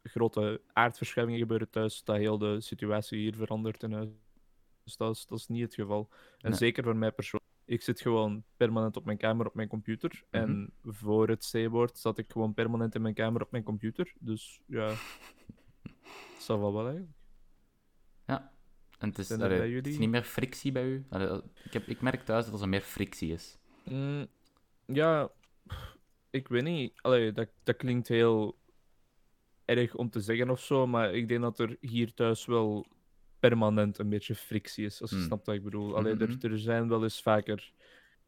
Speaker 2: grote aardverschuivingen gebeuren thuis, dat heel de situatie hier verandert in huis. Dus dat is, dat is niet het geval. En
Speaker 1: Nee.
Speaker 2: zeker voor mij persoonlijk. Ik zit gewoon permanent op mijn kamer op mijn computer. En voor het C-woord zat ik gewoon permanent in mijn kamer op mijn computer. Dus ja, dat wel wel eigenlijk.
Speaker 1: En het is,
Speaker 2: Zijn er
Speaker 1: allee,
Speaker 2: bij
Speaker 1: het is
Speaker 2: jullie-
Speaker 1: niet meer frictie bij u? Allee, eh, ik, heb, ik merk thuis dat er meer frictie is.
Speaker 2: Mm, ja, ik weet niet. Allee, dat, dat klinkt heel erg om te zeggen of zo, maar ik denk dat er hier thuis wel permanent een beetje frictie is, als je
Speaker 1: Mm.
Speaker 2: snapt wat ik bedoel. Allee,
Speaker 1: Mhm, mhm.
Speaker 2: er, er zijn wel eens vaker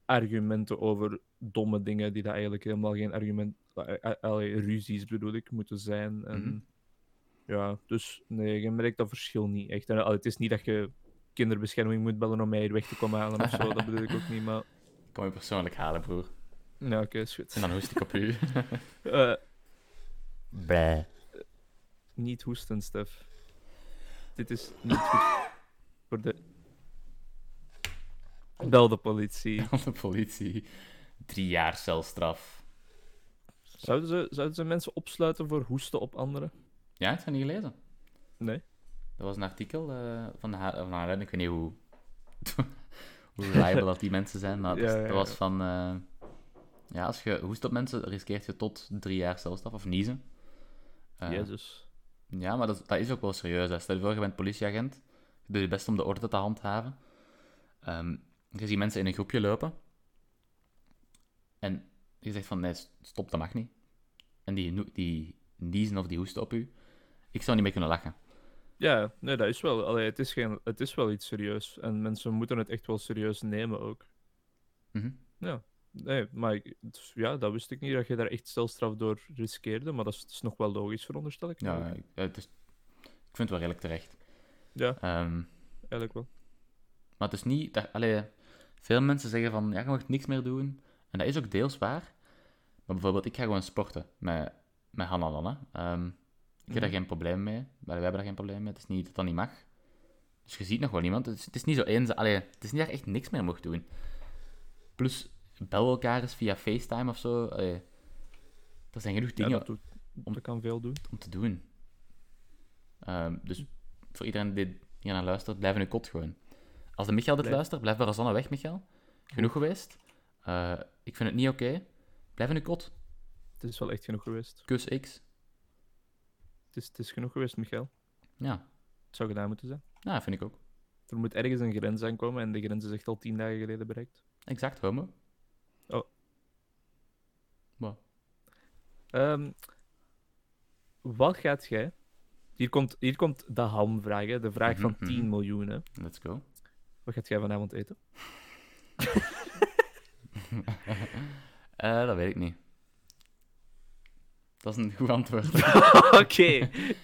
Speaker 2: argumenten over domme dingen die dat eigenlijk helemaal geen argument... eh, Allee, ruzies bedoel ik, moeten zijn. En...
Speaker 1: Mhm.
Speaker 2: Ja, dus nee, je merkt dat verschil niet echt. En, allee, het is niet dat je kinderbescherming moet bellen om mij hier weg te komen halen of zo, dat bedoel ik ook niet, maar...
Speaker 1: Ik kom je persoonlijk halen, broer.
Speaker 2: Ja, Nou, oké, is goed.
Speaker 1: En dan hoest ik op u.
Speaker 2: Eh,
Speaker 1: Bleh.
Speaker 2: niet hoesten, Stef. Dit is niet goed voor de... Bel de politie.
Speaker 1: Van de politie. Drie jaar celstraf.
Speaker 2: Zouden ze, zouden ze mensen opsluiten voor hoesten op anderen?
Speaker 1: Ja, het zijn niet gelezen.
Speaker 2: Nee.
Speaker 1: Dat was een artikel eh, van de H- van de HLN. Ik weet niet hoe, hoe reliable dat die mensen zijn, maar dat,
Speaker 2: Ja, ja,
Speaker 1: dat was
Speaker 2: ja.
Speaker 1: van... eh, ja, als je hoest op mensen, riskeert je tot drie jaar celstraf, of niezen. Eh,
Speaker 2: Jezus.
Speaker 1: Ja, maar dat, dat is ook wel serieus. Hè. Stel je voor, je bent politieagent. Je doet je best om de orde te handhaven. Ehm, je ziet mensen in een groepje lopen. En je zegt van, nee, s- stop, dat mag niet. En die, no- die niezen of die hoesten op u. Ik zou niet mee kunnen lachen.
Speaker 2: Ja, nee, dat is wel... Allee, het, is geen, het is wel iets serieus. En mensen moeten het echt wel serieus nemen ook.
Speaker 1: Mhm.
Speaker 2: Nee, maar ik- dus ja, dat wist ik niet, dat je daar echt stelstraf door riskeerde. Maar dat is, dat is nog wel logisch, veronderstel ik.
Speaker 1: Ja,
Speaker 2: eigenlijk.
Speaker 1: ik- het is, ik vind het wel redelijk terecht.
Speaker 2: Ja.
Speaker 1: Ehm,
Speaker 2: Eigenlijk wel.
Speaker 1: maar het is niet... Dat, allee, veel mensen zeggen van, ja, je mag niks meer doen. En dat is ook deels waar. Maar bijvoorbeeld, ik ga gewoon sporten met, met Hanna dan. Hè. Ehm, ik heb daar
Speaker 2: Mhm.
Speaker 1: geen probleem mee. Wij hebben daar geen probleem mee. Het is niet dat dat niet mag. Dus je ziet nog wel niemand. Het is, het is niet zo eens... Allee, het is niet dat je echt niks meer mocht doen. Plus, bel elkaar eens via FaceTime of zo. Allee, er zijn genoeg dingen
Speaker 2: dat, doet- dat kan veel doen.
Speaker 1: om te doen. Ehm, dus voor iedereen die hier naar luistert, blijf in een kot gewoon. Als de Michael dit
Speaker 2: Blijf.
Speaker 1: luistert, blijf bij Rosanne weg, Michael. Genoeg geweest. Eh, ik vind het niet oké. Blijf in een kot.
Speaker 2: Het is wel echt genoeg geweest.
Speaker 1: Kus X.
Speaker 2: Het is, het is genoeg geweest, Michael.
Speaker 1: Ja,
Speaker 2: Het zou gedaan moeten zijn.
Speaker 1: ja vind ik ook.
Speaker 2: Er moet ergens een grens aankomen en de grens is echt al tien dagen geleden bereikt.
Speaker 1: Exact, homo.
Speaker 2: Ehm, wat gaat jij... Hier komt, hier komt de hamvraag, hè, de vraag van
Speaker 1: Mhm,
Speaker 2: 10
Speaker 1: mhm.
Speaker 2: miljoen. Hè.
Speaker 1: Let's go.
Speaker 2: Wat gaat jij vanavond eten?
Speaker 1: Eh, dat weet ik niet. Dat is een goed antwoord.
Speaker 2: Oké.
Speaker 1: Ik denk,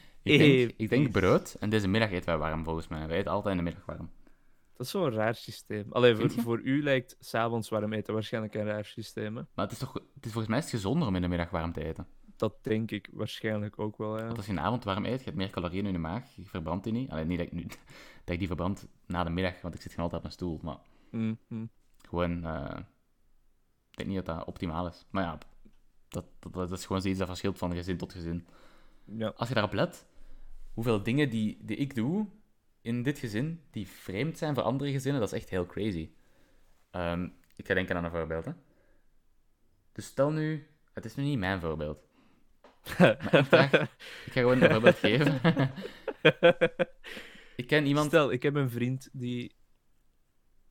Speaker 2: Eh,
Speaker 1: ik denk
Speaker 2: please.
Speaker 1: brood. En deze middag eten wij warm, volgens mij. Wij eten altijd in de middag warm.
Speaker 2: Dat is zo'n raar systeem. Allee, voor,
Speaker 1: Vind je?
Speaker 2: voor u lijkt s'avonds warm eten waarschijnlijk een raar systeem. Hè?
Speaker 1: Maar het is toch... Het is volgens mij is het gezonder om in de middag warm te eten.
Speaker 2: Dat denk ik waarschijnlijk ook wel. Ja.
Speaker 1: Want als je in de avond warm eet, je hebt meer calorieën in je maag. Je verbrandt die niet. Alleen niet dat ik, nu, dat ik die verbrand na de middag, want ik zit gewoon altijd op mijn stoel. Maar
Speaker 2: Mm, mm.
Speaker 1: gewoon... eh, ik denk niet dat dat optimaal is. Maar ja, dat, dat, dat is gewoon zoiets dat verschilt van gezin tot gezin.
Speaker 2: Ja.
Speaker 1: als je daarop let, hoeveel dingen die, die ik doe in dit gezin, die vreemd zijn voor andere gezinnen, dat is echt heel crazy. Ehm, ik ga denken aan een voorbeeld. Hè. Dus stel nu, het is nu niet mijn voorbeeld. Maar ik, vraag, ik ga gewoon een voorbeeld geven. ik ken iemand
Speaker 2: Stel, ik heb een vriend die...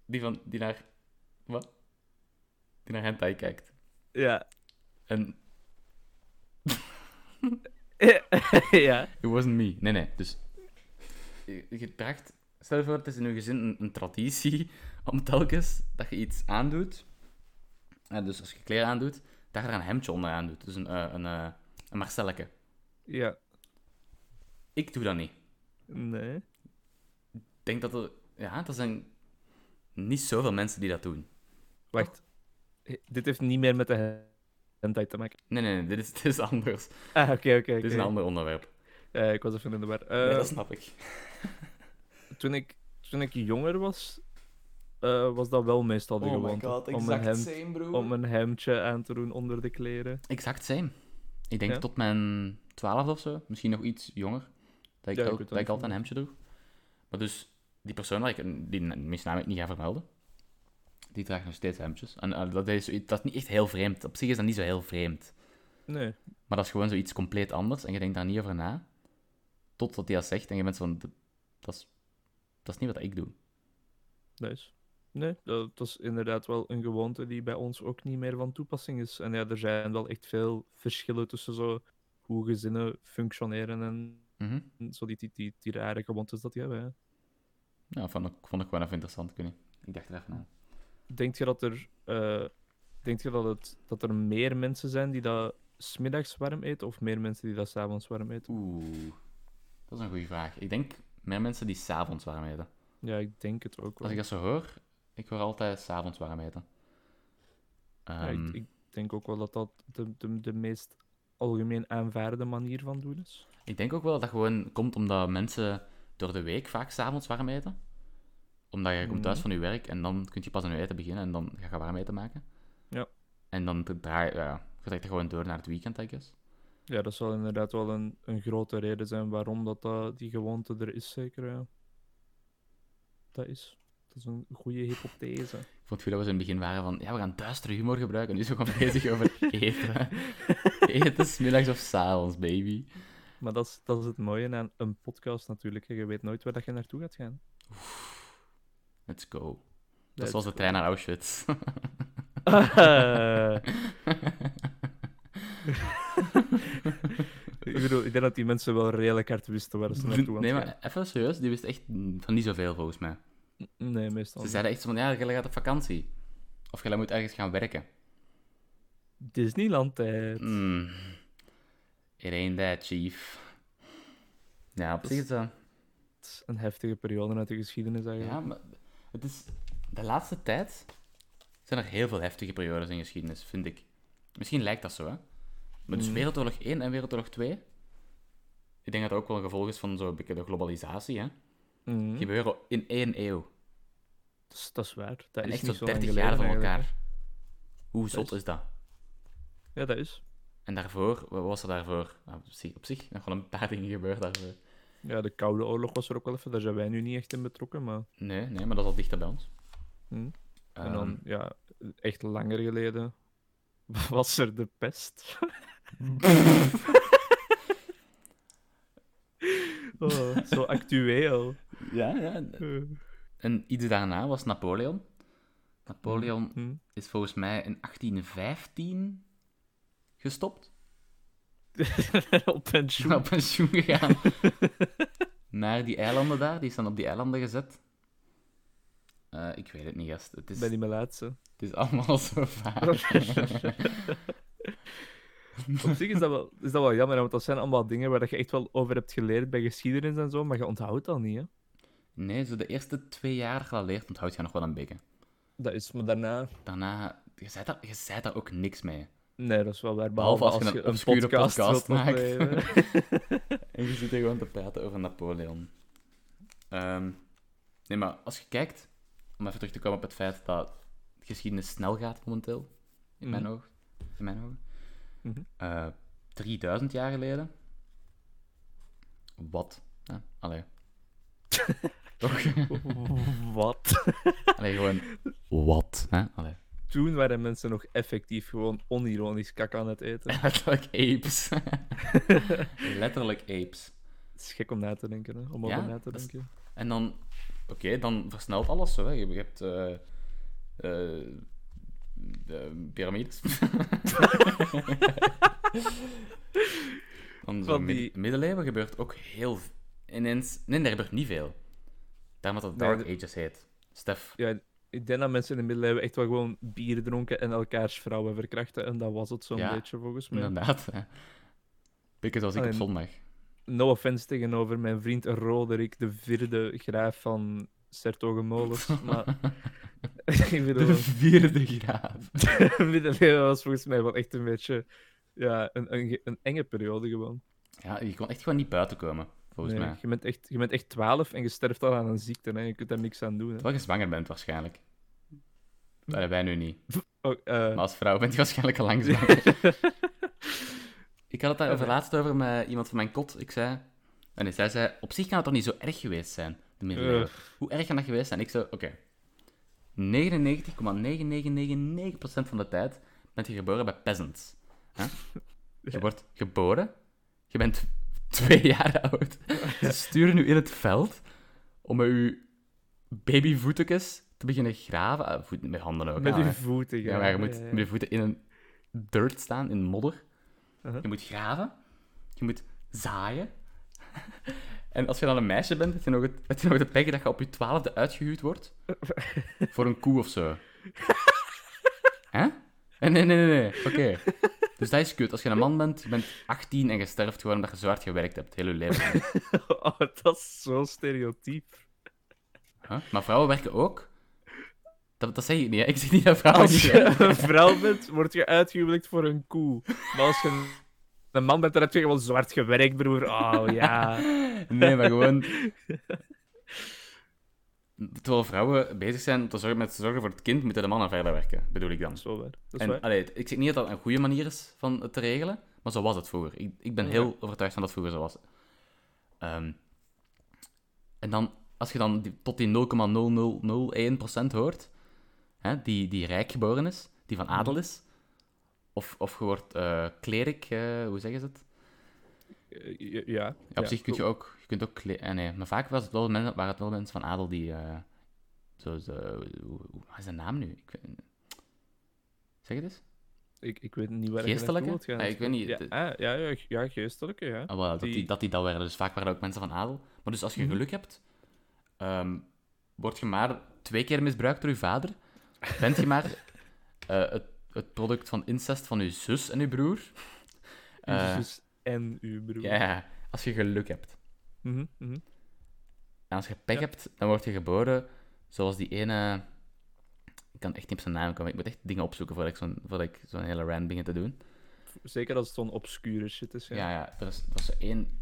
Speaker 1: die, van, die naar. Wat? Die naar hentai kijkt.
Speaker 2: Ja.
Speaker 1: En
Speaker 2: ja.
Speaker 1: It wasn't me. Nee, nee. Dus je, je draagt... Stel je voor, het is in je gezin een, een traditie om telkens dat je iets aandoet. En dus als je kleren aandoet, dat je er een hemdje onder aandoet. Dus een, eh, een, eh, een Marcelletje.
Speaker 2: Ja.
Speaker 1: Ik doe dat niet.
Speaker 2: Nee.
Speaker 1: Ik denk dat er... Ja, er zijn niet zoveel mensen die dat doen.
Speaker 2: Wacht. He- Dit heeft niet meer met de hentai te maken.
Speaker 1: Nee, nee, nee. Dit is, dit is anders.
Speaker 2: Ah, oké, oké.
Speaker 1: Dit is
Speaker 2: oké.
Speaker 1: een ander onderwerp.
Speaker 2: Ja, ik was even in de war. Eh,
Speaker 1: Nee, dat snap ik.
Speaker 2: toen, ik, toen ik jonger was, eh, was dat wel meestal de gewoonte. om, een hemd,
Speaker 1: same, bro.
Speaker 2: om een hemdje aan te doen onder de kleren.
Speaker 1: Exact same. Ik denk
Speaker 2: Ja?
Speaker 1: tot mijn 12 of zo, misschien nog iets jonger, dat ik,
Speaker 2: Ja, ik
Speaker 1: ook,
Speaker 2: weet dat
Speaker 1: dat ik
Speaker 2: niet.
Speaker 1: altijd een hemdje droeg. Maar dus, die persoon waar ik die misnamelijk niet ga vermelden, die draagt nog steeds hemdjes. En eh, dat, is, zoiets- dat is niet echt heel vreemd. Op zich is dat niet zo heel vreemd.
Speaker 2: Nee.
Speaker 1: Maar dat is gewoon zoiets compleet anders en je denkt daar niet over na. Totdat hij dat zegt en je bent zo van, "Dat- dat is, dat is niet wat ik doe.
Speaker 2: Nice. Nee, dat dat is inderdaad wel een gewoonte die bij ons ook niet meer van toepassing is. En ja, er zijn wel echt veel verschillen tussen zo hoe gezinnen functioneren en
Speaker 1: Mhm.
Speaker 2: zo die, die, die, die rare gewoontes dat die hebben. Hè.
Speaker 1: Ja, vond ik, vond ik gewoon even interessant kunnen. Ik dacht er even aan.
Speaker 2: Denk je dat er, eh denk je dat het, dat er meer mensen zijn die dat smiddags warm eten of meer mensen die dat s'avonds warm eten?
Speaker 1: Oeh, dat is een goede vraag. Ik denk meer mensen die s'avonds warm eten.
Speaker 2: Ja, ik denk het ook wel.
Speaker 1: Als ik dat zo hoor, ik hoor altijd s'avonds warm eten.
Speaker 2: Ja,
Speaker 1: Ehm,
Speaker 2: ik, ik denk ook wel dat dat de, de, de meest algemeen aanvaarde manier van doen is.
Speaker 1: ik denk ook wel dat dat gewoon komt omdat mensen door de week vaak s'avonds warm eten. Omdat je komt thuis
Speaker 2: Mhm.
Speaker 1: van je werk en dan kun je pas aan je eten beginnen en dan ga je warm eten maken.
Speaker 2: Ja.
Speaker 1: En dan te- draai ja, je trekt er gewoon door naar het weekend, denk ik. eens.
Speaker 2: Ja, dat zal inderdaad wel een, een grote reden zijn waarom dat, dat die gewoonte er is, zeker. Ja. Dat is. Dat is een goede hypothese.
Speaker 1: Ik vond het goed dat we zo in het begin waren van, ja, we gaan duistere humor gebruiken. Nu is we gewoon bezig over eten. eten, 's middags of s'avonds, baby.
Speaker 2: Maar dat is, dat is het mooie aan een podcast natuurlijk. hè. Je weet nooit waar dat je naartoe gaat gaan.
Speaker 1: Let's go. dat
Speaker 2: Let's
Speaker 1: is zoals de trein naar Auschwitz.
Speaker 2: Ah. ik bedoel, ik denk dat die mensen wel redelijk hard wisten waar ze naartoe aan
Speaker 1: nee,
Speaker 2: het
Speaker 1: maar even serieus, die wist echt van niet zoveel volgens mij.
Speaker 2: gaan- Nee, meestal
Speaker 1: Ze
Speaker 2: niet.
Speaker 1: zeiden echt zo van, ja, jij gaat op vakantie. Of jij moet ergens gaan werken.
Speaker 2: Disneyland tijd.
Speaker 1: Mm. It ain't that, chief. Ja, op
Speaker 2: Dat
Speaker 1: zich
Speaker 2: is-
Speaker 1: is dat...
Speaker 2: Het is Een heftige periode uit de geschiedenis eigenlijk.
Speaker 1: Ja, maar het is... De laatste tijd zijn er heel veel heftige periodes in geschiedenis, vind ik. Misschien lijkt dat zo, hè. Maar dus
Speaker 2: Mm.
Speaker 1: Wereldoorlog 1 en Wereldoorlog 2... Ik denk dat dat ook wel een gevolg is van zo'n beetje de globalisatie, hè.
Speaker 2: Mhm.
Speaker 1: Gebeuren in één eeuw.
Speaker 2: Dus Dat, is, dat is waar. Dat
Speaker 1: en
Speaker 2: is
Speaker 1: echt
Speaker 2: niet
Speaker 1: zo'n
Speaker 2: zo
Speaker 1: 30
Speaker 2: lang
Speaker 1: jaar van
Speaker 2: geleden eigenlijk,
Speaker 1: elkaar. Hoe zot
Speaker 2: is-
Speaker 1: is dat?
Speaker 2: Ja, dat is.
Speaker 1: En daarvoor, wat was er daarvoor? Nou, op zich, op zich nog wel een paar dingen gebeurd daarvoor.
Speaker 2: Ja, de Koude Oorlog was er ook wel even. Daar zijn wij nu niet echt in betrokken, maar...
Speaker 1: Nee, nee, maar dat is al dichter bij ons.
Speaker 2: Hm.
Speaker 1: Ehm,
Speaker 2: En dan, ja, echt langer geleden was er de pest. oh, zo actueel.
Speaker 1: ja, ja.
Speaker 2: Eh,
Speaker 1: En iets daarna was Napoleon. Napoleon
Speaker 2: hm.
Speaker 1: is volgens mij in 1815 gestopt.
Speaker 2: Op pensioen.
Speaker 1: Naar pensioen gegaan. Naar die eilanden daar. Die is dan op die eilanden gezet. Eh, ik weet het niet, gast. Het is,
Speaker 2: Ben niet mijn laatste.
Speaker 1: het is allemaal zo vaag.
Speaker 2: Op zich is dat, wel, is dat wel jammer, hè, want dat zijn allemaal dingen waar dat je echt wel over hebt geleerd bij geschiedenis en zo, maar je onthoudt dat niet, hè?
Speaker 1: nee, zo de eerste twee jaar dat je dat leert, onthoud je nog wel een beetje.
Speaker 2: Dat is, maar daarna...
Speaker 1: Daarna, je zei daar, je zei daar ook niks mee.
Speaker 2: Nee, dat is wel waar.
Speaker 1: Behalve als je een obscure podcast
Speaker 2: wilt
Speaker 1: maakt.
Speaker 2: opnemen.
Speaker 1: En je zit hier gewoon te praten over Napoleon. Ehm, nee, maar als je kijkt, om even terug te komen op het feit dat geschiedenis snel gaat momenteel, in mijn
Speaker 2: Mhm.
Speaker 1: oog- In mijn ogen.
Speaker 2: Mhm.
Speaker 1: Eh, 3000 jaar geleden. Wat? Ja, allee. Toch?
Speaker 2: Wat?
Speaker 1: allee, gewoon... Wat? Hè? Allee.
Speaker 2: Toen waren mensen nog effectief gewoon onironisch kak aan het eten.
Speaker 1: Letterlijk apes. Letterlijk apes.
Speaker 2: Het is gek om na te denken, hè? om over
Speaker 1: Ja,
Speaker 2: na te
Speaker 1: dat is-
Speaker 2: denken.
Speaker 1: En dan, oké, dan versnelt alles zo. Hè. Je, je hebt eh eh, de piramides. dan zo
Speaker 2: Van
Speaker 1: mid-
Speaker 2: die-
Speaker 1: middeleeuwen gebeurt ook heel v- ineens. Nee, daar gebeurt niet veel. Daarom dat het Dark
Speaker 2: Nee,
Speaker 1: Ages heet. Stef,
Speaker 2: Ja, ik denk dat mensen in de middeleeuwen echt wel gewoon bier dronken en elkaars vrouwen verkrachten. En dat was het zo'n
Speaker 1: Ja,
Speaker 2: beetje volgens mij.
Speaker 1: inderdaad. hè. Pikken zoals ik op
Speaker 2: Alleen-
Speaker 1: zondag.
Speaker 2: No offense tegenover mijn vriend Roderick, de vierde graaf van Sertogenmolen. maar ik bedoel,
Speaker 1: De vierde graaf.
Speaker 2: de middeleeuwen was volgens mij wel echt een beetje ja, een, een, een enge periode gewoon.
Speaker 1: Ja, je kon echt gewoon niet buiten komen, volgens
Speaker 2: Nee,
Speaker 1: mij.
Speaker 2: je, bent echt, je bent echt 12 en je sterft al aan een ziekte. Hè. Je kunt daar niks aan doen. Hè.
Speaker 1: Terwijl je zwanger bent, waarschijnlijk. Allee, wij nu niet.
Speaker 2: Oh, eh,
Speaker 1: Maar als vrouw bent je waarschijnlijk al lang
Speaker 2: Ja.
Speaker 1: zwanger. ik had het daar
Speaker 2: Ja,
Speaker 1: over
Speaker 2: nee.
Speaker 1: laatst over met iemand van mijn kot. Ik zei... En zij zei, op zich kan het toch niet zo erg geweest zijn, de middeleeuwen. Hoe erg kan dat geweest zijn? Ik zei, oké. 99,9999% van de tijd bent je geboren bij peasants. Hè? Je
Speaker 2: Ja.
Speaker 1: wordt geboren, je bent twee jaar oud. Ze sturen u in het veld om met uw babyvoetekes te beginnen graven. Ah, voet- met handen ook.
Speaker 2: met
Speaker 1: hè,
Speaker 2: je
Speaker 1: hè.
Speaker 2: voeten.
Speaker 1: Ja, maar je moet met je voeten in een dirt staan, in modder.
Speaker 2: Uh-huh.
Speaker 1: Je moet graven. Je moet zaaien. en als je dan een meisje bent, heb je nog het, heb je nog het pech dat je op je twaalfde uitgehuwd wordt. voor een koe of zo. Hè? Nee, nee, nee, nee. Oké. Dus dat is kut. Als je een man bent, je bent 18 en je sterft gewoon omdat je zo hard gewerkt hebt, heel je leven. lang.
Speaker 2: Oh, dat is zo stereotyp.
Speaker 1: Huh? Maar vrouwen werken ook. Dat, dat zeg ik niet, hè. Ik zeg niet dat vrouwen
Speaker 2: Als
Speaker 1: niet
Speaker 2: je
Speaker 1: werken.
Speaker 2: een vrouw bent, word je uitgehuwelijkd voor een koe. Maar als je een- een man bent, dan heb je gewoon zwart gewerkt, broer. Oh ja.
Speaker 1: Nee, maar gewoon. Terwijl vrouwen bezig zijn om te zorgen, met te zorgen voor het kind, moeten de mannen verder werken, bedoel ik dan.
Speaker 2: Dat is wel waar. Dat is
Speaker 1: En,
Speaker 2: waar.
Speaker 1: allee, ik zeg niet dat dat een goede manier is van het te regelen, maar zo was het vroeger. Ik, ik ben
Speaker 2: Ja.
Speaker 1: heel overtuigd van dat vroeger zo was. Ehm, en dan, als je dan die- tot die 0,0001% hoort, hè, die, die rijk geboren is, die van
Speaker 2: Mhm.
Speaker 1: adel is, of, of je wordt eh, klerik, eh, hoe zeggen ze het?
Speaker 2: Eh, Ja. ja.
Speaker 1: Ja, op zich kun je ook, je kunt ook kle- eh, nee, maar vaak was het wel men, waren het wel mensen van adel die, eh, zo, zo, hoe, hoe- wat is de naam nu? Ik, weet- zeg het eens.
Speaker 2: Ik, ik weet niet waar je
Speaker 1: Geestelijke?
Speaker 2: naartoe wilt gaan.
Speaker 1: Nee, ik weet niet.
Speaker 2: Ja,
Speaker 1: Het-
Speaker 2: ah, ja, ja, ge- ja, geestelijke, ja.
Speaker 1: Ah, wel, dat, die,
Speaker 2: Die-
Speaker 1: dat die dat werden. Dus vaak waren dat ook mensen van adel. Maar dus als je
Speaker 2: Mhm.
Speaker 1: geluk hebt, ehm, word je maar twee keer misbruikt door je vader, bent je maar eh, het, het product van incest van je zus en je broer.
Speaker 2: Uw
Speaker 1: Eh,
Speaker 2: zus Dus en uw broer.
Speaker 1: Ja, als je geluk hebt.
Speaker 2: Mhm, mhm.
Speaker 1: En als je pech
Speaker 2: Ja.
Speaker 1: hebt, dan word je geboren zoals die ene... Ik kan echt niet op zijn naam komen. Ik moet echt dingen opzoeken voordat ik zo'n, voordat ik zo'n hele rant begin te doen.
Speaker 2: Zeker als het zo'n obscure shit is.
Speaker 1: Ja,
Speaker 2: Ja.
Speaker 1: ja. er, is, er is zo één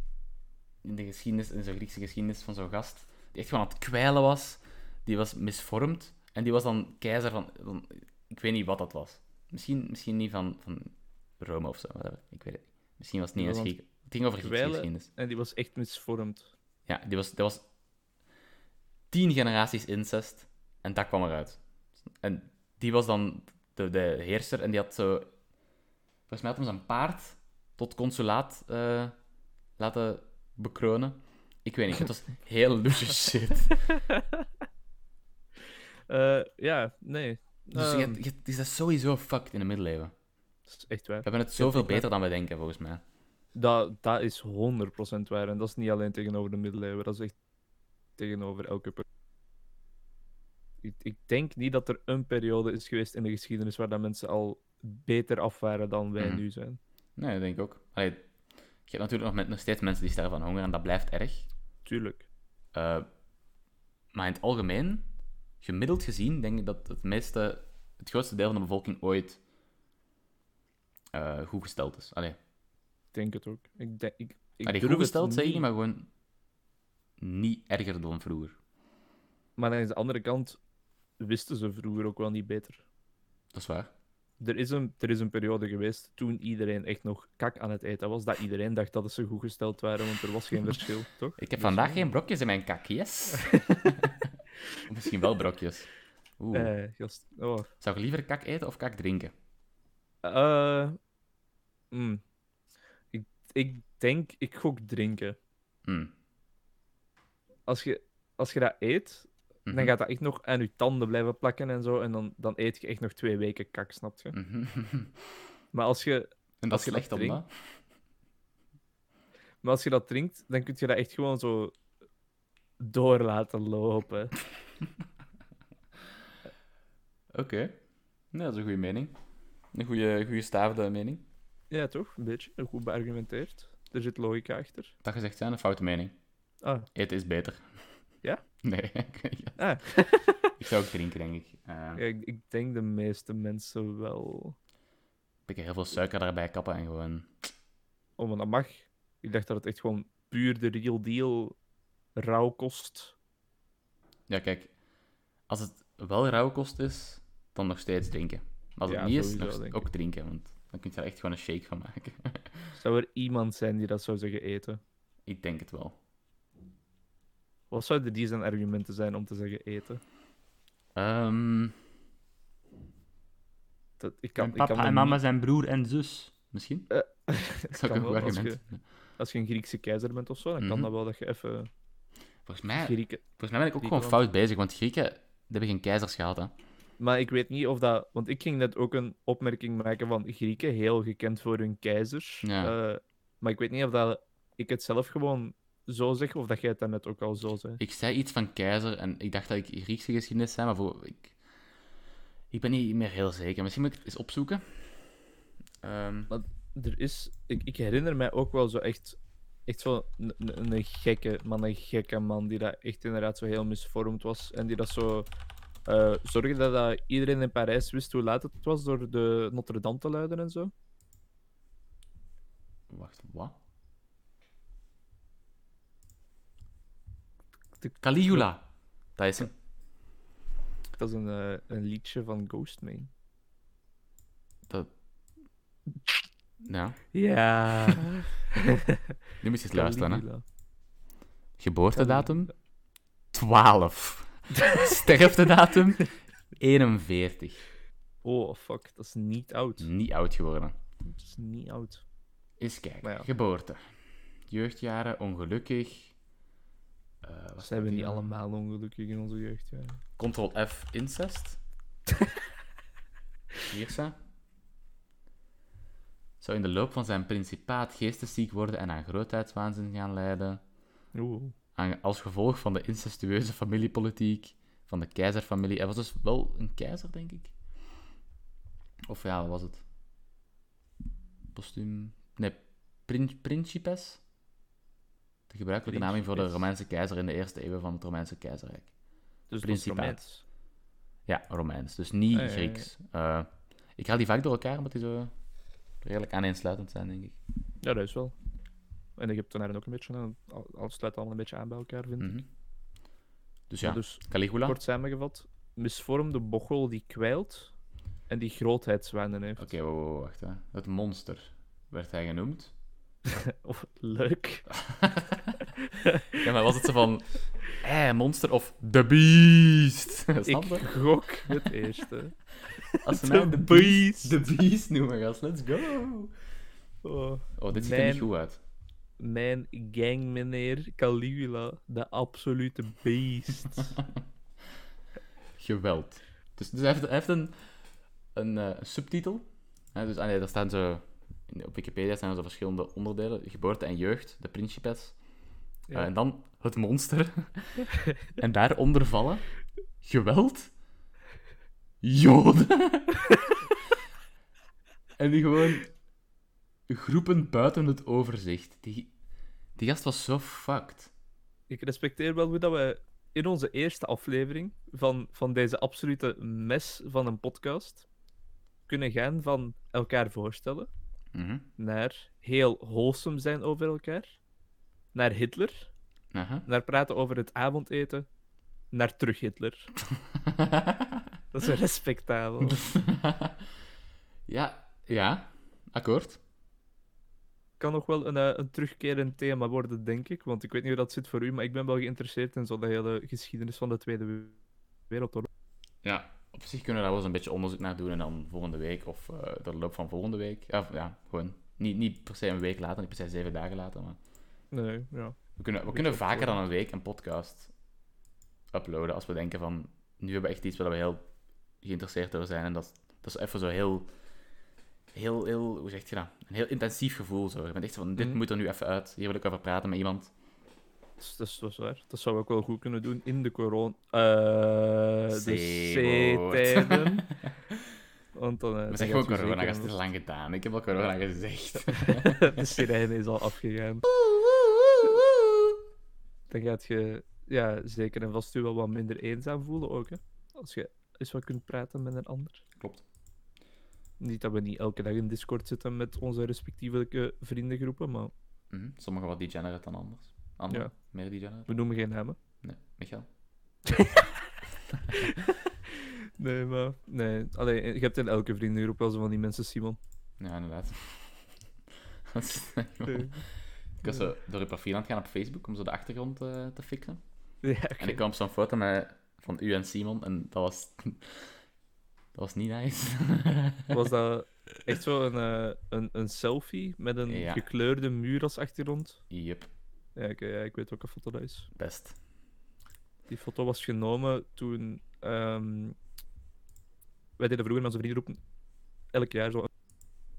Speaker 1: in de geschiedenis, in zo'n Griekse geschiedenis van zo'n gast, die echt gewoon aan het kwijlen was. Die was misvormd. En die was dan keizer van... van- ik weet niet wat dat was. Misschien, misschien niet van, van Rome of zo, whatever. Ik weet het niet. Misschien was het niet
Speaker 2: Ja,
Speaker 1: eens
Speaker 2: want
Speaker 1: Griek. Het ging over Griekse
Speaker 2: kwijlen-
Speaker 1: geschiedenis.
Speaker 2: En die was echt misvormd.
Speaker 1: Ja, die was, dat was tien generaties incest en dat kwam eruit. En die was dan de, de heerser en die had zo... Volgens mij had hem zijn paard tot consulaat eh, laten bekronen. Ik weet niet, het was heel loesje shit.
Speaker 2: Eh, ja, nee.
Speaker 1: Dus je,
Speaker 2: Ehm,
Speaker 1: hebt- je, hebt- is dat sowieso fucked in de middeleeuwen.
Speaker 2: dat is echt waar.
Speaker 1: We hebben het zoveel beter dan we denken, volgens mij.
Speaker 2: Dat, dat is 100% waar. En dat is niet alleen tegenover de middeleeuwen, dat is echt tegenover elke per- ik, ik denk niet dat er een periode is geweest in de geschiedenis waar dat mensen al beter af waren dan wij
Speaker 1: Mhm.
Speaker 2: nu zijn.
Speaker 1: Nee, dat denk ik ook. Allee, je hebt natuurlijk nog, met, nog steeds mensen die sterven van honger en dat blijft erg.
Speaker 2: Tuurlijk.
Speaker 1: Eh, maar in het algemeen, gemiddeld gezien, denk ik dat het meeste, het grootste deel van de bevolking ooit eh, goed gesteld is. Allee,
Speaker 2: Ik denk het ook. Ik, denk, ik, ik
Speaker 1: allee,
Speaker 2: durf
Speaker 1: goed
Speaker 2: het
Speaker 1: gesteld zeg ik
Speaker 2: niet,
Speaker 1: niet, maar gewoon niet erger dan vroeger.
Speaker 2: Maar aan de andere kant wisten ze vroeger ook wel niet beter.
Speaker 1: Dat is waar.
Speaker 2: Er is, een, er is een periode geweest toen iedereen echt nog kak aan het eten was, dat iedereen dacht dat ze goed gesteld waren, want er was geen verschil, toch?
Speaker 1: Ik heb
Speaker 2: Dus
Speaker 1: vandaag
Speaker 2: ja.
Speaker 1: geen brokjes in mijn kak, yes. Of Misschien wel brokjes. Oeh.
Speaker 2: Eh, gast. Oh.
Speaker 1: Zou ik liever kak eten of kak drinken?
Speaker 2: Eh, mm. ik, ik denk, ik gok drinken.
Speaker 1: Hm.
Speaker 2: Als je, als je dat eet,
Speaker 1: Mhm.
Speaker 2: dan gaat dat echt nog aan je tanden blijven plakken en zo. En dan, dan eet je echt nog twee weken kak, snap je?
Speaker 1: Mhm.
Speaker 2: Maar als je,
Speaker 1: En dat
Speaker 2: Als
Speaker 1: is
Speaker 2: je dat
Speaker 1: slecht om
Speaker 2: drinkt-
Speaker 1: dat.
Speaker 2: maar als je dat drinkt, dan kun je dat echt gewoon zo door laten lopen.
Speaker 1: Oké. Nee, dat is een goede mening. Een goede, goede staafde mening.
Speaker 2: Ja, toch? Een beetje. Goed beargumenteerd. Er zit logica achter.
Speaker 1: Dat gezegd zijn, een foute mening.
Speaker 2: Ah,
Speaker 1: Eten is beter.
Speaker 2: Ja?
Speaker 1: Nee, ik weet niet.
Speaker 2: Ah.
Speaker 1: Ik zou ook drinken, denk ik. Eh
Speaker 2: ja, ik, ik denk de meeste mensen wel.
Speaker 1: Ik heel veel suiker daarbij kappen en gewoon...
Speaker 2: Oh, maar dat mag. Ik dacht dat het echt gewoon puur de real deal rauw kost.
Speaker 1: Ja, kijk. Als het wel rauwkost is, dan nog steeds drinken. Maar als het
Speaker 2: Ja,
Speaker 1: niet is,
Speaker 2: sowieso,
Speaker 1: nog st-
Speaker 2: denk
Speaker 1: ook
Speaker 2: ik.
Speaker 1: drinken. Want dan kun je er echt gewoon een shake van maken.
Speaker 2: Zou er iemand zijn die dat zou zeggen eten?
Speaker 1: ik denk het wel.
Speaker 2: Wat zouden die zijn argumenten zijn om te zeggen eten?
Speaker 1: Ehm
Speaker 2: Dat, ik kan,
Speaker 1: mijn
Speaker 2: ik
Speaker 1: papa
Speaker 2: kan
Speaker 1: en
Speaker 2: me
Speaker 1: mama
Speaker 2: niet-
Speaker 1: zijn broer en zus. Misschien?
Speaker 2: Eh,
Speaker 1: dat is ook
Speaker 2: kan
Speaker 1: een goed
Speaker 2: wel, als
Speaker 1: argument.
Speaker 2: Als je een Griekse keizer bent of zo, dan
Speaker 1: Mhm. Eh.
Speaker 2: kan dat wel dat je even
Speaker 1: Volgens, mij, volgens
Speaker 2: Grieken...
Speaker 1: mij ben ik ook
Speaker 2: Die
Speaker 1: gewoon
Speaker 2: kant.
Speaker 1: fout bezig. Want Grieken, die hebben geen keizers gehad, hè.
Speaker 2: Maar ik weet niet of dat... Want ik ging net ook een opmerking maken van Grieken, heel gekend voor hun keizers.
Speaker 1: Ja.
Speaker 2: Eh, maar ik weet niet of dat ik het zelf gewoon zo zeg, of dat jij het daarnet ook al zo zei.
Speaker 1: Ik zei iets van keizer en ik dacht dat ik Griekse geschiedenis zei, maar voor, ik, ik ben niet meer heel zeker. Misschien moet ik het eens opzoeken. Ehm,
Speaker 2: Er is... Ik, ik herinner mij ook wel zo echt... Echt zo'n een- een een gekke man, een gekke man, die dat echt inderdaad zo heel misvormd was. En die dat zo... eh zorgde dat, dat iedereen in Parijs wist hoe laat het was door de Notre Dame te luiden en zo.
Speaker 1: wacht, wat?
Speaker 2: De-
Speaker 1: Caligula. Dat is hem.
Speaker 2: Dat is een, eh, een liedje van Ghostman.
Speaker 1: Dat... Ja,
Speaker 2: Ja.
Speaker 1: nu moet je eens luisteren. Hè.
Speaker 2: Caligula.
Speaker 1: Geboortedatum? 12. Sterftedatum? 41.
Speaker 2: Oh, fuck. Dat is niet oud.
Speaker 1: Niet oud geworden.
Speaker 2: Dat is niet oud.
Speaker 1: Eens kijken.
Speaker 2: Maar ja.
Speaker 1: Geboorte. Jeugdjaren, ongelukkig. Eh, wat staat
Speaker 2: Zijn we niet
Speaker 1: hier?
Speaker 2: allemaal ongelukkig in onze jeugd? Ja.
Speaker 1: Ctrl F incest. Hier ze. Zou in de loop van zijn principaat geestesziek worden en aan grootheidswaanzin gaan leiden.
Speaker 2: Oeh.
Speaker 1: Aan- als gevolg van de incestueuze familiepolitiek van de keizerfamilie. Hij was dus wel een keizer, denk ik. Of ja, wat was het? Postuum. Nee, prin- principes. De gebruikelijke naam voor de
Speaker 2: Principes.
Speaker 1: Romeinse keizer in de eerste eeuw van het Romeinse keizerrijk.
Speaker 2: Dus dat is
Speaker 1: Principaat.
Speaker 2: Romeins.
Speaker 1: Ja, Romeins. Dus niet
Speaker 2: Ah, ja, ja, ja.
Speaker 1: Grieks. Eh, ik haal die vaak door elkaar, omdat die zo redelijk aaneensluitend zijn, denk ik.
Speaker 2: Ja, dat is wel. En Egyptenaren ook een beetje. hè. Al- Alles sluit allemaal een beetje aan bij elkaar, vind ik.
Speaker 1: Mhm. Dus ja,
Speaker 2: Dus
Speaker 1: Caligula.
Speaker 2: kort samengevat, misvormde bochel die kwijlt. En die grootheidswanen heeft.
Speaker 1: Oké, wow, wow, wacht. Hè. Het monster werd hij genoemd.
Speaker 2: Of, leuk.
Speaker 1: Ja, maar was het zo van... Eh, monster of The Beast? Snap
Speaker 2: Ik
Speaker 1: je?
Speaker 2: gok het eerste.
Speaker 1: Als ze
Speaker 2: The
Speaker 1: mij The Beast, the beast noemen, gast. Let's go!
Speaker 2: Oh.
Speaker 1: Oh, dit ziet er
Speaker 2: Mijn-
Speaker 1: niet goed uit.
Speaker 2: Mijn gangmeneer Caligula, de absolute beest.
Speaker 1: Geweld. Dus, dus hij heeft, hij heeft een, een eh, subtitel. Hè, dus, ah nee, daar staan zo... in- Op Wikipedia staan er zo verschillende onderdelen. Geboorte en jeugd, de principes.
Speaker 2: Ja.
Speaker 1: Eh, en dan het monster. en daaronder vallen... Geweld. Joden. en die gewoon... Groepen buiten het overzicht. Die, die gast was zo fucked.
Speaker 2: Ik respecteer wel hoe dat we in onze eerste aflevering van, van deze absolute mes van een podcast kunnen gaan van elkaar voorstellen
Speaker 1: Mhm.
Speaker 2: naar heel wholesome zijn over elkaar, naar Hitler,
Speaker 1: Aha.
Speaker 2: naar praten over het avondeten, naar terug Hitler. Dat is respectabel.
Speaker 1: ja, ja, akkoord.
Speaker 2: kan nog wel een, eh, een terugkerend thema worden, denk ik. Want ik weet niet hoe dat zit voor u, maar ik ben wel geïnteresseerd in zo'n hele geschiedenis van de Tweede We- Wereldoorlog.
Speaker 1: Ja, op zich kunnen we daar wel eens een beetje onderzoek naar doen en dan volgende week of eh, de loop van volgende week. Ja, ja gewoon. Niet, niet per se een week later, niet per se zeven dagen later, maar
Speaker 2: Nee, ja.
Speaker 1: we kunnen, we
Speaker 2: Beetje
Speaker 1: kunnen vaker dan
Speaker 2: opvolgen.
Speaker 1: een week een podcast uploaden als we denken van, nu hebben we echt iets waar we heel geïnteresseerd door zijn en dat, dat is even zo heel, heel, heel, hoe zeg je dat? Een heel intensief gevoel zo. Je bent echt zo van, dit
Speaker 2: Mhm.
Speaker 1: moet er nu even uit, hier wil ik over praten met iemand.
Speaker 2: Dat is, Dus dat is- dat is waar. Dat zou ik wel goed kunnen doen in de corona... eh, de
Speaker 1: C-woord.
Speaker 2: C-tijden. Want dan... eh,
Speaker 1: We
Speaker 2: dan
Speaker 1: zijn
Speaker 2: gaat
Speaker 1: gewoon
Speaker 2: u
Speaker 1: corona,
Speaker 2: zeker
Speaker 1: gast. Het is lang gedaan. Ik heb al corona gezegd.
Speaker 2: een- de sirene is al afgegaan. Dan gaat je ja, zeker en vast u wel wat minder eenzaam voelen ook, hè. Als je eens wat kunt praten met een ander.
Speaker 1: Klopt.
Speaker 2: Niet dat we niet elke dag in Discord zitten met onze respectieve eh, vriendengroepen, maar
Speaker 1: Mhm, Sommigen wat degenerate dan anders. Ander,
Speaker 2: Ja.
Speaker 1: Meer degenerate?
Speaker 2: we noemen geen namen.
Speaker 1: Nee, Michael.
Speaker 2: Nee, maar... Nee, allee, je hebt in elke vriendengroep wel zo van die mensen, Simon.
Speaker 1: Ja, inderdaad. Dat is-
Speaker 2: Nee.
Speaker 1: ik was zo door je profiel aan het gaan op Facebook om zo de achtergrond eh, te fixen.
Speaker 2: Ja, oké.
Speaker 1: En ik kwam op zo'n foto met, van u en Simon en dat was... Dat was niet nice.
Speaker 2: Was dat echt zo een, eh, een, een selfie met een
Speaker 1: Ja.
Speaker 2: gekleurde muur als achtergrond?
Speaker 1: Yup,
Speaker 2: Ja, oké, ja, ik weet welke foto dat is.
Speaker 1: best.
Speaker 2: Die foto was genomen toen... ehm, wij deden vroeger met onze vriendengroep elk jaar zo...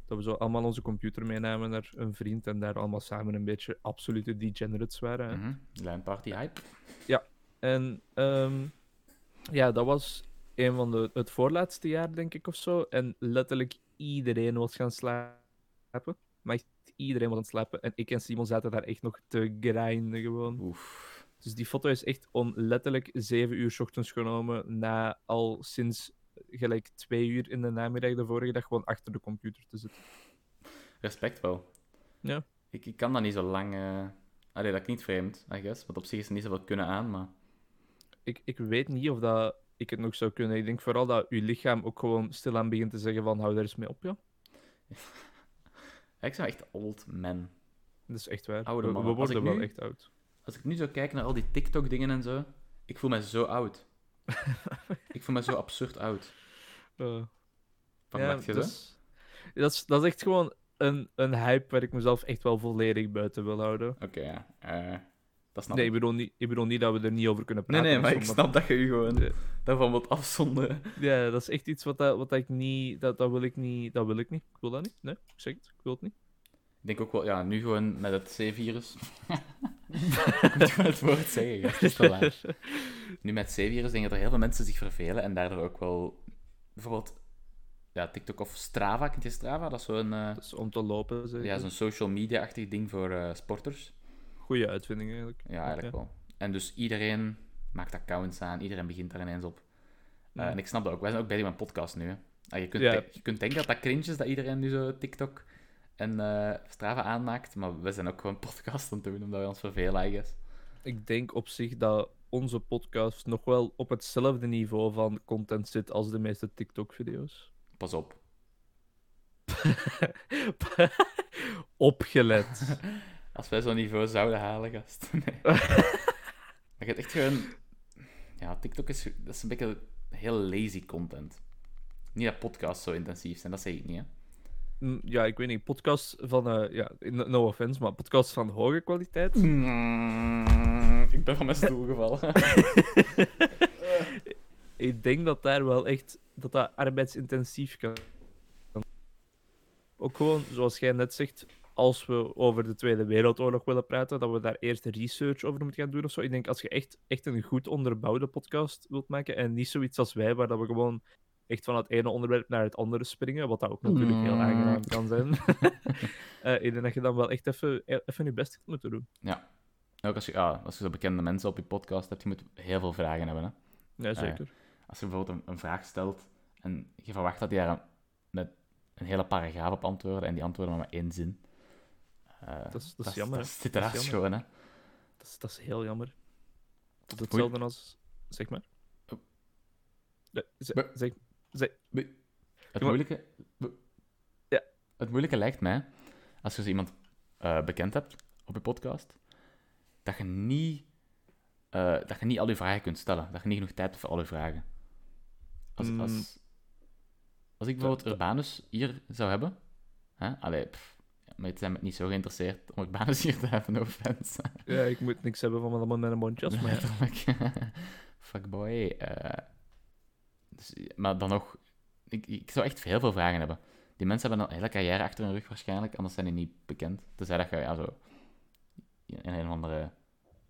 Speaker 2: Dat we zo allemaal onze computer meenamen naar een vriend en daar allemaal samen een beetje absolute degenerates waren. hè.
Speaker 1: Mhm. Lijnparty hype.
Speaker 2: En ehm, ja, dat was een van de, het voorlaatste jaar, denk ik, of zo. En letterlijk iedereen was gaan slapen. Maar echt iedereen was aan het slapen. En ik en Simon zaten daar echt nog te grinden gewoon.
Speaker 1: Oef.
Speaker 2: Dus die foto is echt om letterlijk zeven uur 's ochtends genomen. Na al sinds gelijk twee uur in de namiddag de vorige dag gewoon achter de computer te zitten.
Speaker 1: Respect wel.
Speaker 2: Ja.
Speaker 1: Ik, ik kan dat niet zo lang... eh Allee, dat klinkt vreemd, I guess. Want op zich is er niet zoveel kunnen aan, maar...
Speaker 2: Ik, ik weet niet of dat ik het nog zou kunnen. Ik denk vooral dat uw lichaam ook gewoon stilaan begint te zeggen van hou daar eens mee op, ja.
Speaker 1: Ja, Ik zou echt old man.
Speaker 2: Dat is echt waar.
Speaker 1: Oude
Speaker 2: We- we
Speaker 1: mannen. Als
Speaker 2: worden
Speaker 1: ik
Speaker 2: wel
Speaker 1: nu-
Speaker 2: echt oud.
Speaker 1: Als ik nu zo kijk naar al die TikTok-dingen en zo, ik voel me zo oud. ik voel me zo absurd oud.
Speaker 2: Eh,
Speaker 1: Van
Speaker 2: ja,
Speaker 1: merk je dat?
Speaker 2: dus- dat, is, dat is echt gewoon een, een hype waar ik mezelf echt wel volledig buiten wil houden.
Speaker 1: Oké, ja. Eh, dat snap
Speaker 2: Nee, ik
Speaker 1: ik.
Speaker 2: bedoel, niet, ik bedoel niet dat we er niet over kunnen
Speaker 1: Nee,
Speaker 2: praten.
Speaker 1: nee,
Speaker 2: of
Speaker 1: maar
Speaker 2: zo,
Speaker 1: ik snap dat je je gewoon
Speaker 2: Nee.
Speaker 1: daarvan wilt afzonderen.
Speaker 2: Ja, dat is echt iets wat, dat, wat dat ik niet... Dat, dat wil ik niet. Dat wil ik niet. Ik wil dat niet. Nee, ik zeg het. Ik wil het niet.
Speaker 1: Ik denk ook wel, ja, nu gewoon met het C-virus. ik moet gewoon het woord zeggen, gast, het is te laat. Nu met het C-virus denk ik dat er heel veel mensen zich vervelen en daardoor ook wel... Bijvoorbeeld, ja, TikTok of Strava. Kent je Strava? Dat is zo'n... eh,
Speaker 2: Dus om te lopen, zeg.
Speaker 1: ja, zo'n social media-achtig ding voor eh, sporters.
Speaker 2: Goede uitvinding, eigenlijk.
Speaker 1: Ja, eigenlijk wel. En dus iedereen maakt accounts aan, iedereen begint daar ineens op. Uh,
Speaker 2: Mm.
Speaker 1: En ik snap dat ook. Wij zijn ook bij die podcast nu. Hè. Ah, je, kunt
Speaker 2: Ja.
Speaker 1: de- je kunt denken dat dat cringe is dat iedereen nu zo TikTok en eh, Strava aanmaakt, maar we zijn ook gewoon podcast aan het doen omdat we ons vervelen, I guess.
Speaker 2: Ik denk op zich dat onze podcast nog wel op hetzelfde niveau van content zit als de meeste TikTok-video's.
Speaker 1: Pas op.
Speaker 2: Opgelet.
Speaker 1: Als wij zo'n niveau zouden halen, gast. Nee. maar je hebt echt gewoon... Ja, TikTok is, dat is een beetje heel lazy content. Niet dat podcasts zo intensief zijn, dat zeg ik niet, hè.
Speaker 2: Mm, ja, ik weet niet. Podcasts van, eh, ja, no no offense, maar podcasts van hoge kwaliteit.
Speaker 1: Mm, ik ben van mijn stoel gevallen.
Speaker 2: Ik denk dat daar wel echt dat dat arbeidsintensief kan. Ook gewoon, zoals jij net zegt, als we over de Tweede Wereldoorlog willen praten, dat we daar eerst research over moeten gaan doen of zo. Ik denk als je echt, echt een goed onderbouwde podcast wilt maken en niet zoiets als wij, waar dat we gewoon echt van het ene onderwerp naar het andere springen, wat dat ook natuurlijk heel
Speaker 1: Mm.
Speaker 2: aangenaam kan zijn. Eh, ik denk dat je dan wel echt even, even je best moet doen.
Speaker 1: Ook als je, ja, als je zo bekende mensen op je podcast hebt, je moet heel veel vragen hebben, hè.
Speaker 2: Ja, zeker.
Speaker 1: Als je bijvoorbeeld een, een vraag stelt en je verwacht dat die daar met een hele paragraaf op antwoorden en die antwoorden maar met één zin. Eh,
Speaker 2: dat is jammer,
Speaker 1: Dat
Speaker 2: hè.
Speaker 1: zit
Speaker 2: Dat
Speaker 1: er
Speaker 2: is jammer.
Speaker 1: gewoon, hè.
Speaker 2: Dat is, dat is heel jammer. Dat is hetzelfde als... Zeg maar.
Speaker 1: Oh.
Speaker 2: Ja, ze-
Speaker 1: Maar-
Speaker 2: zeg,
Speaker 1: Het
Speaker 2: Ja, maar-
Speaker 1: moeilijke...
Speaker 2: Ja.
Speaker 1: Het moeilijke lijkt mij, als je zo iemand eh, bekend hebt op je podcast, dat je niet... eh, dat je niet al je vragen kunt stellen. Dat je niet genoeg tijd hebt voor al je vragen. Als,
Speaker 2: Mm.
Speaker 1: als, als ik bijvoorbeeld Urbanus hier zou hebben... Hè? Allee, pff, ja, maar het zijn me niet zo geïnteresseerd om Urbanus hier te hebben, no offense.
Speaker 2: ja, ik moet niks hebben van allemaal met een mondjas, maar ja.
Speaker 1: Letterlijk. Fuckboy. eh. dus, maar dan nog, ik, ik zou echt heel veel vragen hebben. Die mensen hebben een hele carrière achter hun rug waarschijnlijk, anders zijn die niet bekend. Tenzij dat je ja, zo een een of andere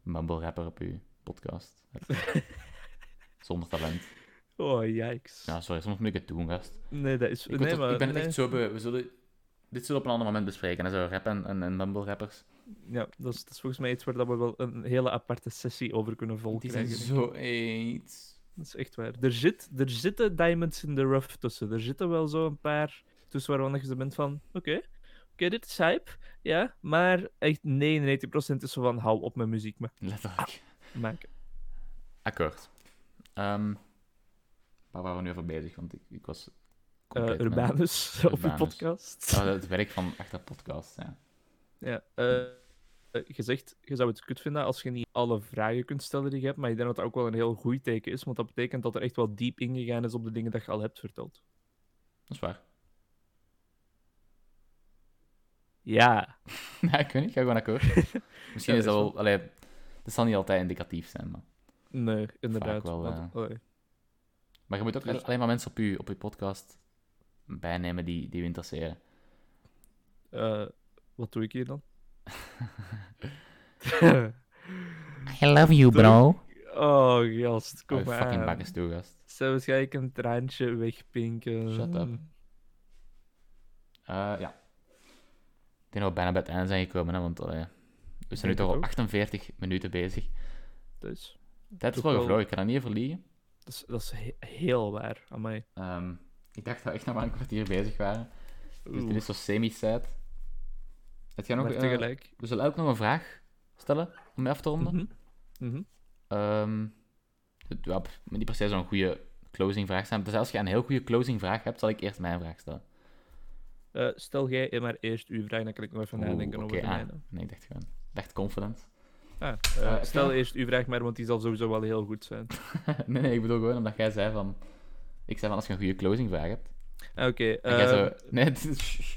Speaker 1: mumble rapper op je podcast hebt. Zonder talent.
Speaker 2: Oh, yikes.
Speaker 1: Ja, sorry, soms moet ik het doen, gast.
Speaker 2: Nee, dat is...
Speaker 1: Ik, word
Speaker 2: nee,
Speaker 1: er-
Speaker 2: maar,
Speaker 1: ik ben het
Speaker 2: nee.
Speaker 1: echt zo beu. We zullen dit zullen we op een ander moment bespreken. Hè? Zo rap en, en, en mumble rappers.
Speaker 2: Ja, dat is, dat is volgens mij iets waar dat we wel een hele aparte sessie over kunnen
Speaker 1: Die zijn
Speaker 2: volgen.
Speaker 1: zo eens.
Speaker 2: Dat is echt waar. Er, zit, er zitten diamonds in the rough tussen. Er zitten wel zo een paar tussen waarvan je zo bent van... Oké, oké, dit is hype. Ja, maar echt 99% is zo van... Hou op met muziek ma-
Speaker 1: Letterlijk.
Speaker 2: maken.
Speaker 1: Akkoord. Ehm, waar waren we nu over bezig? Want ik, ik was.
Speaker 2: Eh,
Speaker 1: compleet met-
Speaker 2: Urbanus, op je
Speaker 1: Urbanus.
Speaker 2: podcast.
Speaker 1: Ah, het werk van echte podcast. Ja.
Speaker 2: Ja, eh, eh, gezegd, je zou het kut vinden als je niet alle vragen kunt stellen die je hebt, maar ik denk dat dat ook wel een heel goed teken is, want dat betekent dat er echt wel diep ingegaan is op de dingen dat je al hebt verteld.
Speaker 1: Dat is waar.
Speaker 2: Ja.
Speaker 1: ja, ik weet niet. Ik ga gewoon akkoord. Misschien
Speaker 2: Ja,
Speaker 1: is dat
Speaker 2: is
Speaker 1: wel. Allee, dat zal niet altijd indicatief zijn. Maar,
Speaker 2: Nee, inderdaad.
Speaker 1: wel,
Speaker 2: want-
Speaker 1: eh.
Speaker 2: allee.
Speaker 1: maar je moet ook
Speaker 2: Dus-
Speaker 1: alleen maar mensen op je, op je podcast bijnemen die, die je interesseren.
Speaker 2: Eh, wat doe ik hier dan?
Speaker 1: I love you, bro.
Speaker 2: oh, gast, kom
Speaker 1: Kom
Speaker 2: maar.
Speaker 1: fucking bakkes toe, gast.
Speaker 2: Zou waarschijnlijk een traantje wegpinken.
Speaker 1: Shut up. Eh, ja. Ik denk dat we bijna bij het einde zijn gekomen, hè, want allee, we zijn nu
Speaker 2: denk
Speaker 1: toch al
Speaker 2: het ook.
Speaker 1: 48 minuten bezig.
Speaker 2: Dus,
Speaker 1: Tijd is wel
Speaker 2: Toch wel-
Speaker 1: gevlogen, ik kan dat niet even liegen.
Speaker 2: dat is, dat is he- heel waar aan mij.
Speaker 1: Ehm, ik dacht dat we echt nog maar een kwartier bezig waren. Dus dit is zo semi-sad. Het gaan ook,
Speaker 2: maar
Speaker 1: eh,
Speaker 2: tegelijk.
Speaker 1: we zullen ook nog een vraag stellen om mee af te ronden.
Speaker 2: Mhm. Mhm.
Speaker 1: Ehm, het, ja, pff, maar niet per se zo'n goede closing vraag zijn. Dus als je een heel goede closing vraag hebt, zal ik eerst mijn vraag stellen.
Speaker 2: Eh, stel jij maar eerst uw vraag, dan kan ik nog even
Speaker 1: Oeh,
Speaker 2: nadenken over
Speaker 1: oké,
Speaker 2: de
Speaker 1: ah,
Speaker 2: mijne.
Speaker 1: Nee, ik dacht gewoon. Ik dacht confident.
Speaker 2: Ah,
Speaker 1: Eh,
Speaker 2: eh,
Speaker 1: oké.
Speaker 2: stel eerst uw vraag maar, want die zal sowieso wel heel goed zijn.
Speaker 1: nee, nee, ik bedoel gewoon omdat jij zei van. Ik zei van als je een goede closing vraag hebt.
Speaker 2: Ah, Oké.
Speaker 1: En jij
Speaker 2: ehm,
Speaker 1: zo. Nee, het is.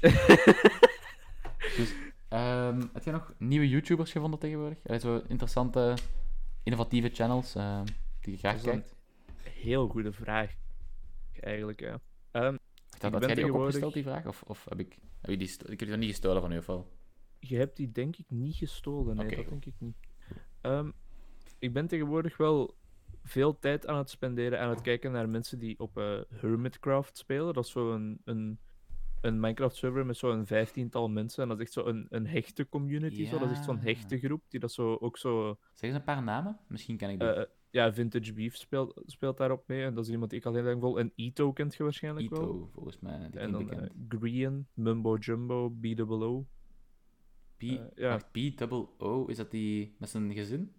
Speaker 1: dus, ehm, heb jij nog nieuwe YouTubers gevonden tegenwoordig? Allee, zo interessante, innovatieve channels ehm, die je graag
Speaker 2: Dat is dan-
Speaker 1: kijkt?
Speaker 2: Heel goede vraag. Eigenlijk, ja. Ehm,
Speaker 1: Had,
Speaker 2: ik
Speaker 1: had
Speaker 2: ben
Speaker 1: jij die ook
Speaker 2: tegenwoordig-
Speaker 1: opgesteld, die vraag? Of, of heb ik. Heb je die gesto- ik heb die dan niet gestolen van u, of wel?
Speaker 2: Je hebt die denk ik niet gestolen. Nee,
Speaker 1: Oké,
Speaker 2: dat
Speaker 1: goed.
Speaker 2: denk ik niet. Ehm, ik ben tegenwoordig wel veel tijd aan het spenderen aan het kijken naar mensen die op eh, Hermitcraft spelen. Dat is zo'n een, een Minecraft-server met zo'n vijftiental mensen. En dat is echt zo'n een, een hechte community. Zo. Dat is echt zo'n
Speaker 1: Ja.
Speaker 2: hechte groep die dat zo ook zo...
Speaker 1: Zeg eens een paar namen, misschien kan ik die.
Speaker 2: Eh, ja, Vintage Beef speelt, speelt daarop mee. En dat is iemand die ik al heel lang volg. En Ito kent je waarschijnlijk wel.
Speaker 1: Ito, volgens mij. Die
Speaker 2: En
Speaker 1: klinkt
Speaker 2: dan
Speaker 1: bekend.
Speaker 2: eh, Green, Mumbo Jumbo, BWO.
Speaker 1: P,
Speaker 2: eh, ja.
Speaker 1: wacht, P double O, is dat die met zijn gezin?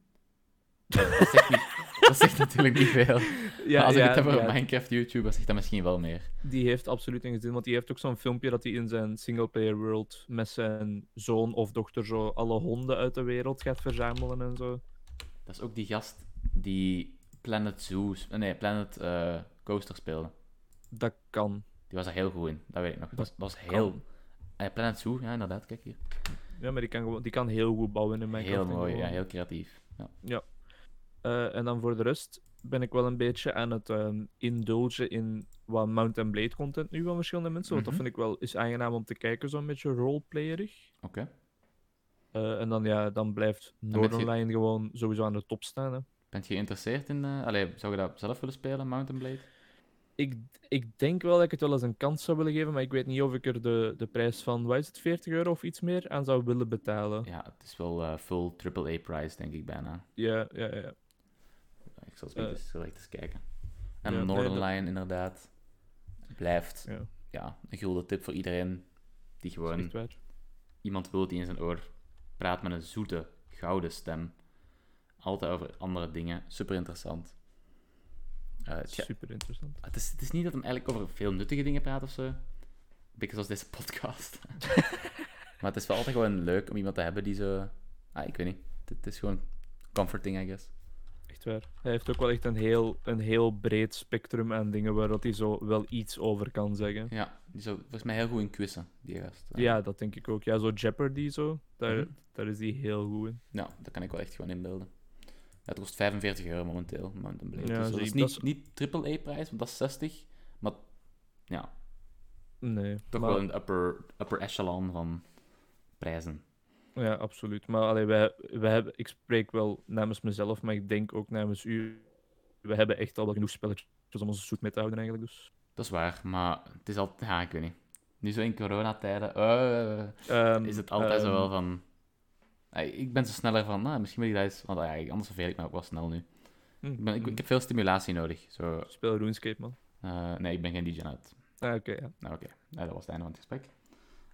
Speaker 1: Dat zegt, niet, dat zegt natuurlijk niet veel.
Speaker 2: Ja,
Speaker 1: maar als ik
Speaker 2: ja,
Speaker 1: het heb over
Speaker 2: ja.
Speaker 1: Minecraft-YouTubers, zegt dat misschien wel meer.
Speaker 2: Die heeft absoluut een gezin, want die heeft ook zo'n filmpje dat hij in zijn singleplayer world met zijn zoon of dochter zo alle honden uit de wereld gaat verzamelen en zo.
Speaker 1: Dat is ook die gast die Planet Zoos... Nee, Planet eh, Coaster speelde.
Speaker 2: Dat kan.
Speaker 1: Die was er heel goed in, dat weet ik nog. Dat was, dat was
Speaker 2: kan.
Speaker 1: heel... Eh, Planet Zoo, ja, inderdaad, kijk hier.
Speaker 2: Ja, maar die kan, gewoon, die kan heel goed bouwen in Minecraft.
Speaker 1: Heel
Speaker 2: en
Speaker 1: mooi,
Speaker 2: gewoon-
Speaker 1: ja, heel creatief. Ja.
Speaker 2: Eh, en dan voor de rest ben ik wel een beetje aan het ehm, indulgen in wat Mountain Blade content nu van verschillende mensen. Want
Speaker 1: Mhm.
Speaker 2: dat vind ik wel is aangenaam om te kijken, zo'n beetje roleplayerig.
Speaker 1: Oké.
Speaker 2: Eh, en dan, ja, dan blijft
Speaker 1: ben je-
Speaker 2: Noorderline gewoon sowieso aan de top staan. Hè.
Speaker 1: Bent je geïnteresseerd in... eh Allee, zou je dat zelf willen spelen, Mountain Blade?
Speaker 2: Ik, ik denk wel dat ik het wel eens een kans zou willen geven, maar ik weet niet of ik er de, de prijs van, wat is het, 40 euro of iets meer aan zou willen betalen.
Speaker 1: Ja, het is wel eh, full AAA-price, denk ik bijna.
Speaker 2: Ja, ja, ja. ja.
Speaker 1: Ik zal het
Speaker 2: Eh.
Speaker 1: eens direct eens kijken. En
Speaker 2: Ja, nee,
Speaker 1: Northern
Speaker 2: dat-
Speaker 1: Lion, inderdaad, blijft
Speaker 2: Ja.
Speaker 1: ja. een gulden tip voor iedereen die
Speaker 2: Dat is
Speaker 1: gewoon
Speaker 2: echt waar.
Speaker 1: iemand wil die in zijn oor praat met een zoete, gouden stem. Altijd over andere dingen. Super interessant. Eh, tja,
Speaker 2: Super interessant.
Speaker 1: het, is, het is niet dat hem eigenlijk over veel nuttige dingen praat of zo. Een beetje zoals deze podcast. maar het is wel altijd gewoon leuk om iemand te hebben die zo. Ah, ik weet niet. Het, het is gewoon comforting, I guess.
Speaker 2: Echt waar. Hij heeft ook wel echt een heel, een heel breed spectrum aan dingen waar dat hij zo wel iets over kan zeggen.
Speaker 1: Ja, die zou volgens mij heel goed in quizzen, die gast. Eh,
Speaker 2: Ja, dat denk ik ook. Ja, zo Jeopardy zo, daar,
Speaker 1: Mhm.
Speaker 2: daar is die heel goed in.
Speaker 1: Nou, dat kan ik wel echt gewoon inbeelden. Ja, het kost 45 euro momenteel, Mountain Blade.
Speaker 2: Ja,
Speaker 1: dus dat
Speaker 2: zie
Speaker 1: is
Speaker 2: ik,
Speaker 1: niet,
Speaker 2: dat is-
Speaker 1: niet triple-E-prijs, want dat is 60. Maar ja,
Speaker 2: Nee.
Speaker 1: toch
Speaker 2: maar-
Speaker 1: wel een upper, upper echelon van prijzen.
Speaker 2: Ja, absoluut. Maar allee, wij, wij hebben, ik spreek wel namens mezelf, maar ik denk ook namens u. We hebben echt al wel genoeg spelletjes om ons zoet mee te houden eigenlijk. Dus.
Speaker 1: Dat is waar, maar het is al... Ja, ik weet niet. Nu zo in coronatijden eh,
Speaker 2: Ehm,
Speaker 1: is het altijd zo
Speaker 2: ehm,
Speaker 1: wel van... Ah, Ik ben zo sneller van, nou, misschien wil ik dat eens... Want ah, anders verveel ik me ook wel snel nu.
Speaker 2: hm,
Speaker 1: Ik, ben, ik,
Speaker 2: hm.
Speaker 1: ik heb veel stimulatie nodig. Zo,
Speaker 2: Speel RuneScape, man.
Speaker 1: eh, nee, ik ben geen DJ uit.
Speaker 2: Ah, oké, ja.
Speaker 1: Nou, oké. Nou, dat was het einde van het gesprek.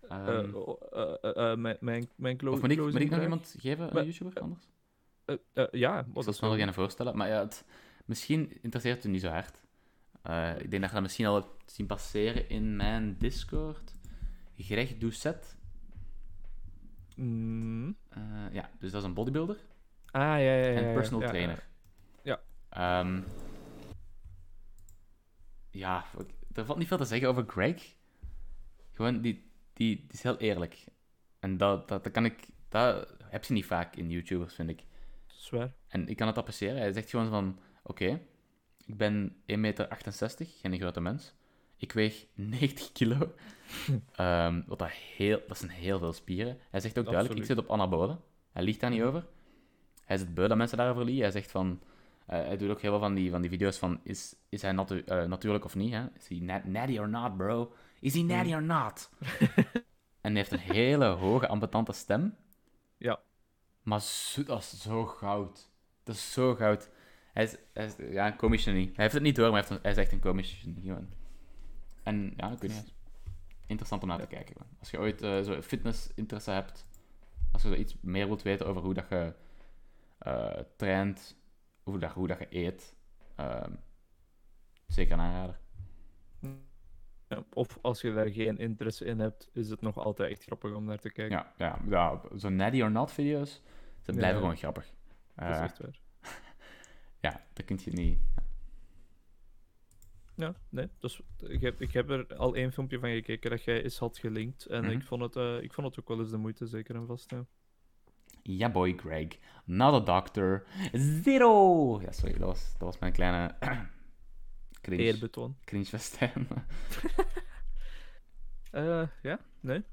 Speaker 2: Eh,
Speaker 1: Ehm,
Speaker 2: oh, eh, eh, eh, mijn mijn, mijn clo-
Speaker 1: Of moet ik, moet
Speaker 2: closing
Speaker 1: ik nog
Speaker 2: vraag?
Speaker 1: iemand geven,
Speaker 2: Maar-
Speaker 1: een YouTuber, anders?
Speaker 2: Eh, eh, ja, oh,
Speaker 1: ik
Speaker 2: dat
Speaker 1: zal
Speaker 2: is
Speaker 1: snel
Speaker 2: wel-
Speaker 1: gaan voorstellen. Maar ja, het, misschien interesseert het u niet zo hard. Eh, ik denk dat je dat misschien al hebt zien passeren in mijn Discord. Greg Doucet.
Speaker 2: Mm.
Speaker 1: Eh, ja, dus dat is een bodybuilder
Speaker 2: Ah, ja, ja, ja.
Speaker 1: en
Speaker 2: ja,
Speaker 1: personal
Speaker 2: ja, ja.
Speaker 1: trainer.
Speaker 2: Ja.
Speaker 1: Ehm, ja, ook- er valt niet veel te zeggen over Greg. Gewoon, die, die, die is heel eerlijk. En dat, dat, dat kan ik... Dat heb je niet vaak in YouTubers, vind ik.
Speaker 2: Zwaar.
Speaker 1: En ik kan het appreciëren. Hij zegt gewoon van... Oké, ik ben 1,68 meter, geen grote mens. Ik weeg 90 kilo. Ehm, wat dat, heel, dat zijn heel veel spieren. Hij zegt ook duidelijk, ik
Speaker 2: Absoluut.
Speaker 1: zit op anabolen. Hij liegt daar niet over. Hij zit beu dat mensen daarover liegen. Hij zegt van... eh, hij doet ook heel veel van die, van die video's van... Is, is hij natu- eh, natuurlijk of niet? Hè? Is hij na- natty or not, bro? Is hij natty or not? en hij heeft een hele hoge, ambetante stem. Maar zo, dat is zo goud. Dat is zo goud. Hij is, hij is- ja, een komisch genie. Hij heeft het niet door, maar hij, heeft een- hij is echt een komisch genie. Gewoon. En ja, ik weet niet. Interessant om naar te kijken. gewoon. Als je ooit eh zo fitnessinteresse hebt, als je zo iets meer wilt weten over hoe dat je eh traint, hoe dat, hoe dat je eet, ehm, zeker een aanrader.
Speaker 2: Ja, Of als je daar geen interesse in hebt, is het nog altijd echt grappig om naar te kijken.
Speaker 1: Ja, ja, ja zo'n natty or not video's, ze
Speaker 2: Ja.
Speaker 1: blijven gewoon grappig.
Speaker 2: Dat is
Speaker 1: Eh,
Speaker 2: echt waar.
Speaker 1: ja, dat kun je niet...
Speaker 2: Ja, nee. Dus ik heb, ik heb er al één filmpje van gekeken dat jij eens had gelinkt. En ik,
Speaker 1: Mhm.
Speaker 2: vond het, eh, ik vond het ook wel eens de moeite, zeker en vast. Ja.
Speaker 1: Ja, boy, Greg. Not a doctor. Zero! Ja, sorry, dat was, dat was mijn kleine cringe,
Speaker 2: Eerbetoon.
Speaker 1: cringe festijn.
Speaker 2: Eh, ja, nee.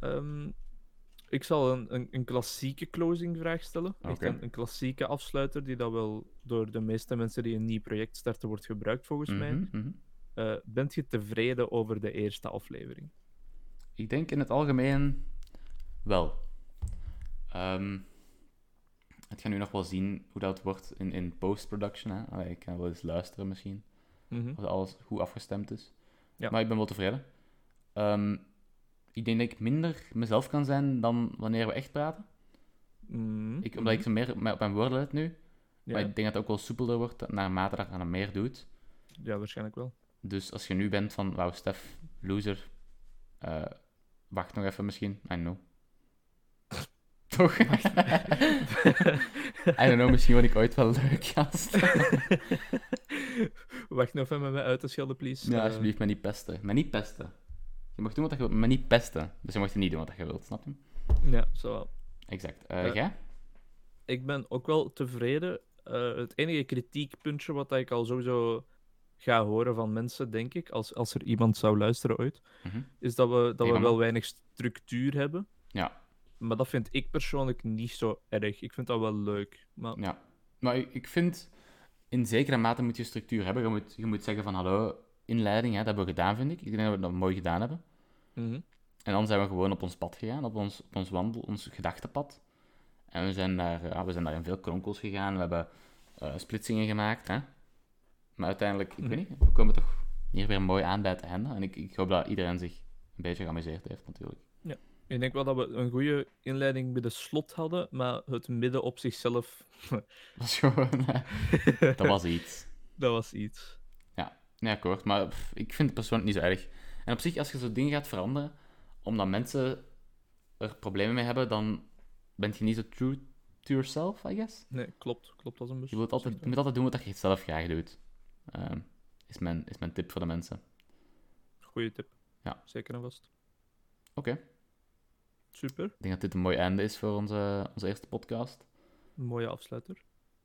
Speaker 2: Ehm, ik zal een, een, een klassieke closingvraag stellen. Echt
Speaker 1: Oké.
Speaker 2: een, een klassieke afsluiter die dat wel door de meeste mensen die een nieuw project starten wordt gebruikt, volgens mij.
Speaker 1: Mhm, mhm.
Speaker 2: Eh, bent je tevreden over de eerste aflevering?
Speaker 1: Ik denk in het algemeen wel. Ehm, het gaat nu nog wel zien hoe dat wordt in, in post-production. hè. Allee, Ik kan wel eens luisteren misschien.
Speaker 2: Mhm.
Speaker 1: Of dat alles goed afgestemd is.
Speaker 2: Ja.
Speaker 1: Maar ik ben wel tevreden. Ehm, ik denk dat ik minder mezelf kan zijn dan wanneer we echt praten.
Speaker 2: Mhm.
Speaker 1: Ik, omdat ik zo meer op mijn- op mijn woorden let nu.
Speaker 2: Ja,
Speaker 1: Maar ik denk dat het ook wel soepeler wordt dat naarmate dat je aan meer doet.
Speaker 2: ja, waarschijnlijk wel.
Speaker 1: Dus als je nu bent van, wauw, Stef, loser, eh, wacht nog even misschien. I don't know. Toch? I don't know, misschien word ik ooit wel leuk, gast.
Speaker 2: Wacht nog even met mij uit te schelden, please.
Speaker 1: Ja,
Speaker 2: Eh,
Speaker 1: alsjeblieft, me niet pesten. Me niet pesten. Je mag doen wat je wilt, maar niet pesten. Dus je mag niet doen wat je wilt, snap je?
Speaker 2: Ja, zo wel.
Speaker 1: Exact. Eh
Speaker 2: Eh,
Speaker 1: jij?
Speaker 2: ik ben ook wel tevreden. Eh, het enige kritiekpuntje wat ik al sowieso ga horen van mensen, denk ik, als, als er iemand zou luisteren ooit,
Speaker 1: Mhm.
Speaker 2: is dat we, dat we
Speaker 1: Helemaal.
Speaker 2: wel weinig structuur hebben.
Speaker 1: Ja.
Speaker 2: Maar dat vind ik persoonlijk niet zo erg. Ik vind dat wel leuk. Maar
Speaker 1: Ja. Maar ik, ik vind, in zekere mate moet je structuur hebben. Je moet, je moet zeggen van, hallo, inleiding, hè, dat hebben we gedaan, vind ik. Ik denk dat we dat mooi gedaan hebben.
Speaker 2: mhm.
Speaker 1: En dan zijn we gewoon op ons pad gegaan, op ons, op ons wandel, ons gedachtenpad. En we zijn, daar, ja, we zijn daar in veel kronkels gegaan, we hebben eh, splitsingen gemaakt. Hè? Maar uiteindelijk, ik
Speaker 2: Mhm.
Speaker 1: weet niet, we komen toch hier weer mooi aan bij het einde. En ik, ik hoop dat iedereen zich een beetje geamuseerd heeft, natuurlijk.
Speaker 2: ik denk wel dat we een goede inleiding bij de slot hadden, maar het midden op zichzelf,
Speaker 1: Dat was gewoon, eh, dat was iets.
Speaker 2: dat was iets.
Speaker 1: Ja, akkoord, maar pff, ik vind het persoonlijk niet zo erg. En op zich, als je zo'n ding gaat veranderen, omdat mensen er problemen mee hebben, dan ben je niet zo true to yourself, I guess.
Speaker 2: Nee, klopt. Klopt als een bus.
Speaker 1: Je, wilt altijd, je moet altijd doen wat je zelf graag doet. Ehm, is, mijn, is mijn tip voor de mensen.
Speaker 2: Goeie tip.
Speaker 1: Ja.
Speaker 2: Zeker en vast.
Speaker 1: Oké.
Speaker 2: Super.
Speaker 1: Ik denk dat dit een mooi einde is voor onze, onze eerste podcast.
Speaker 2: Een mooie afsluiter.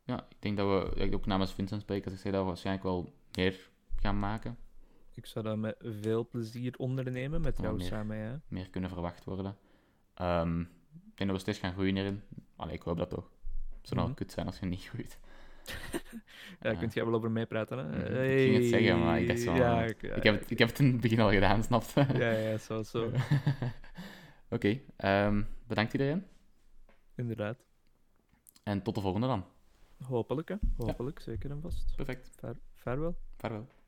Speaker 1: Ja, ik denk dat we, dat ik ook namens Vincent spreek, als ik zei dat we waarschijnlijk wel meer gaan maken.
Speaker 2: Ik zou dat met veel plezier ondernemen met
Speaker 1: Oh,
Speaker 2: jou
Speaker 1: nee.
Speaker 2: samen. Hè?
Speaker 1: Meer kunnen verwacht worden. Ehm, ik denk dat we steeds gaan groeien hierin. Allee, ik hoop dat toch. Het zou nou
Speaker 2: Mhm.
Speaker 1: kut zijn als je niet groeit.
Speaker 2: Ja,
Speaker 1: Ja.
Speaker 2: kunt jij wel over meepraten? Hè?
Speaker 1: Mhm. Ah. Ik ging het zeggen, maar ik dacht zo,
Speaker 2: Ja,
Speaker 1: eh,
Speaker 2: ik, ja,
Speaker 1: ik, heb het, ik heb het in het begin al gedaan, snap je?
Speaker 2: ja, ja, zo, zo.
Speaker 1: Oké, ehm, bedankt iedereen.
Speaker 2: Inderdaad.
Speaker 1: En tot de volgende dan.
Speaker 2: Hopelijk, hè. Hopelijk, zeker en vast.
Speaker 1: Perfect.
Speaker 2: Vaar- Vaarwel.
Speaker 1: Vaarwel.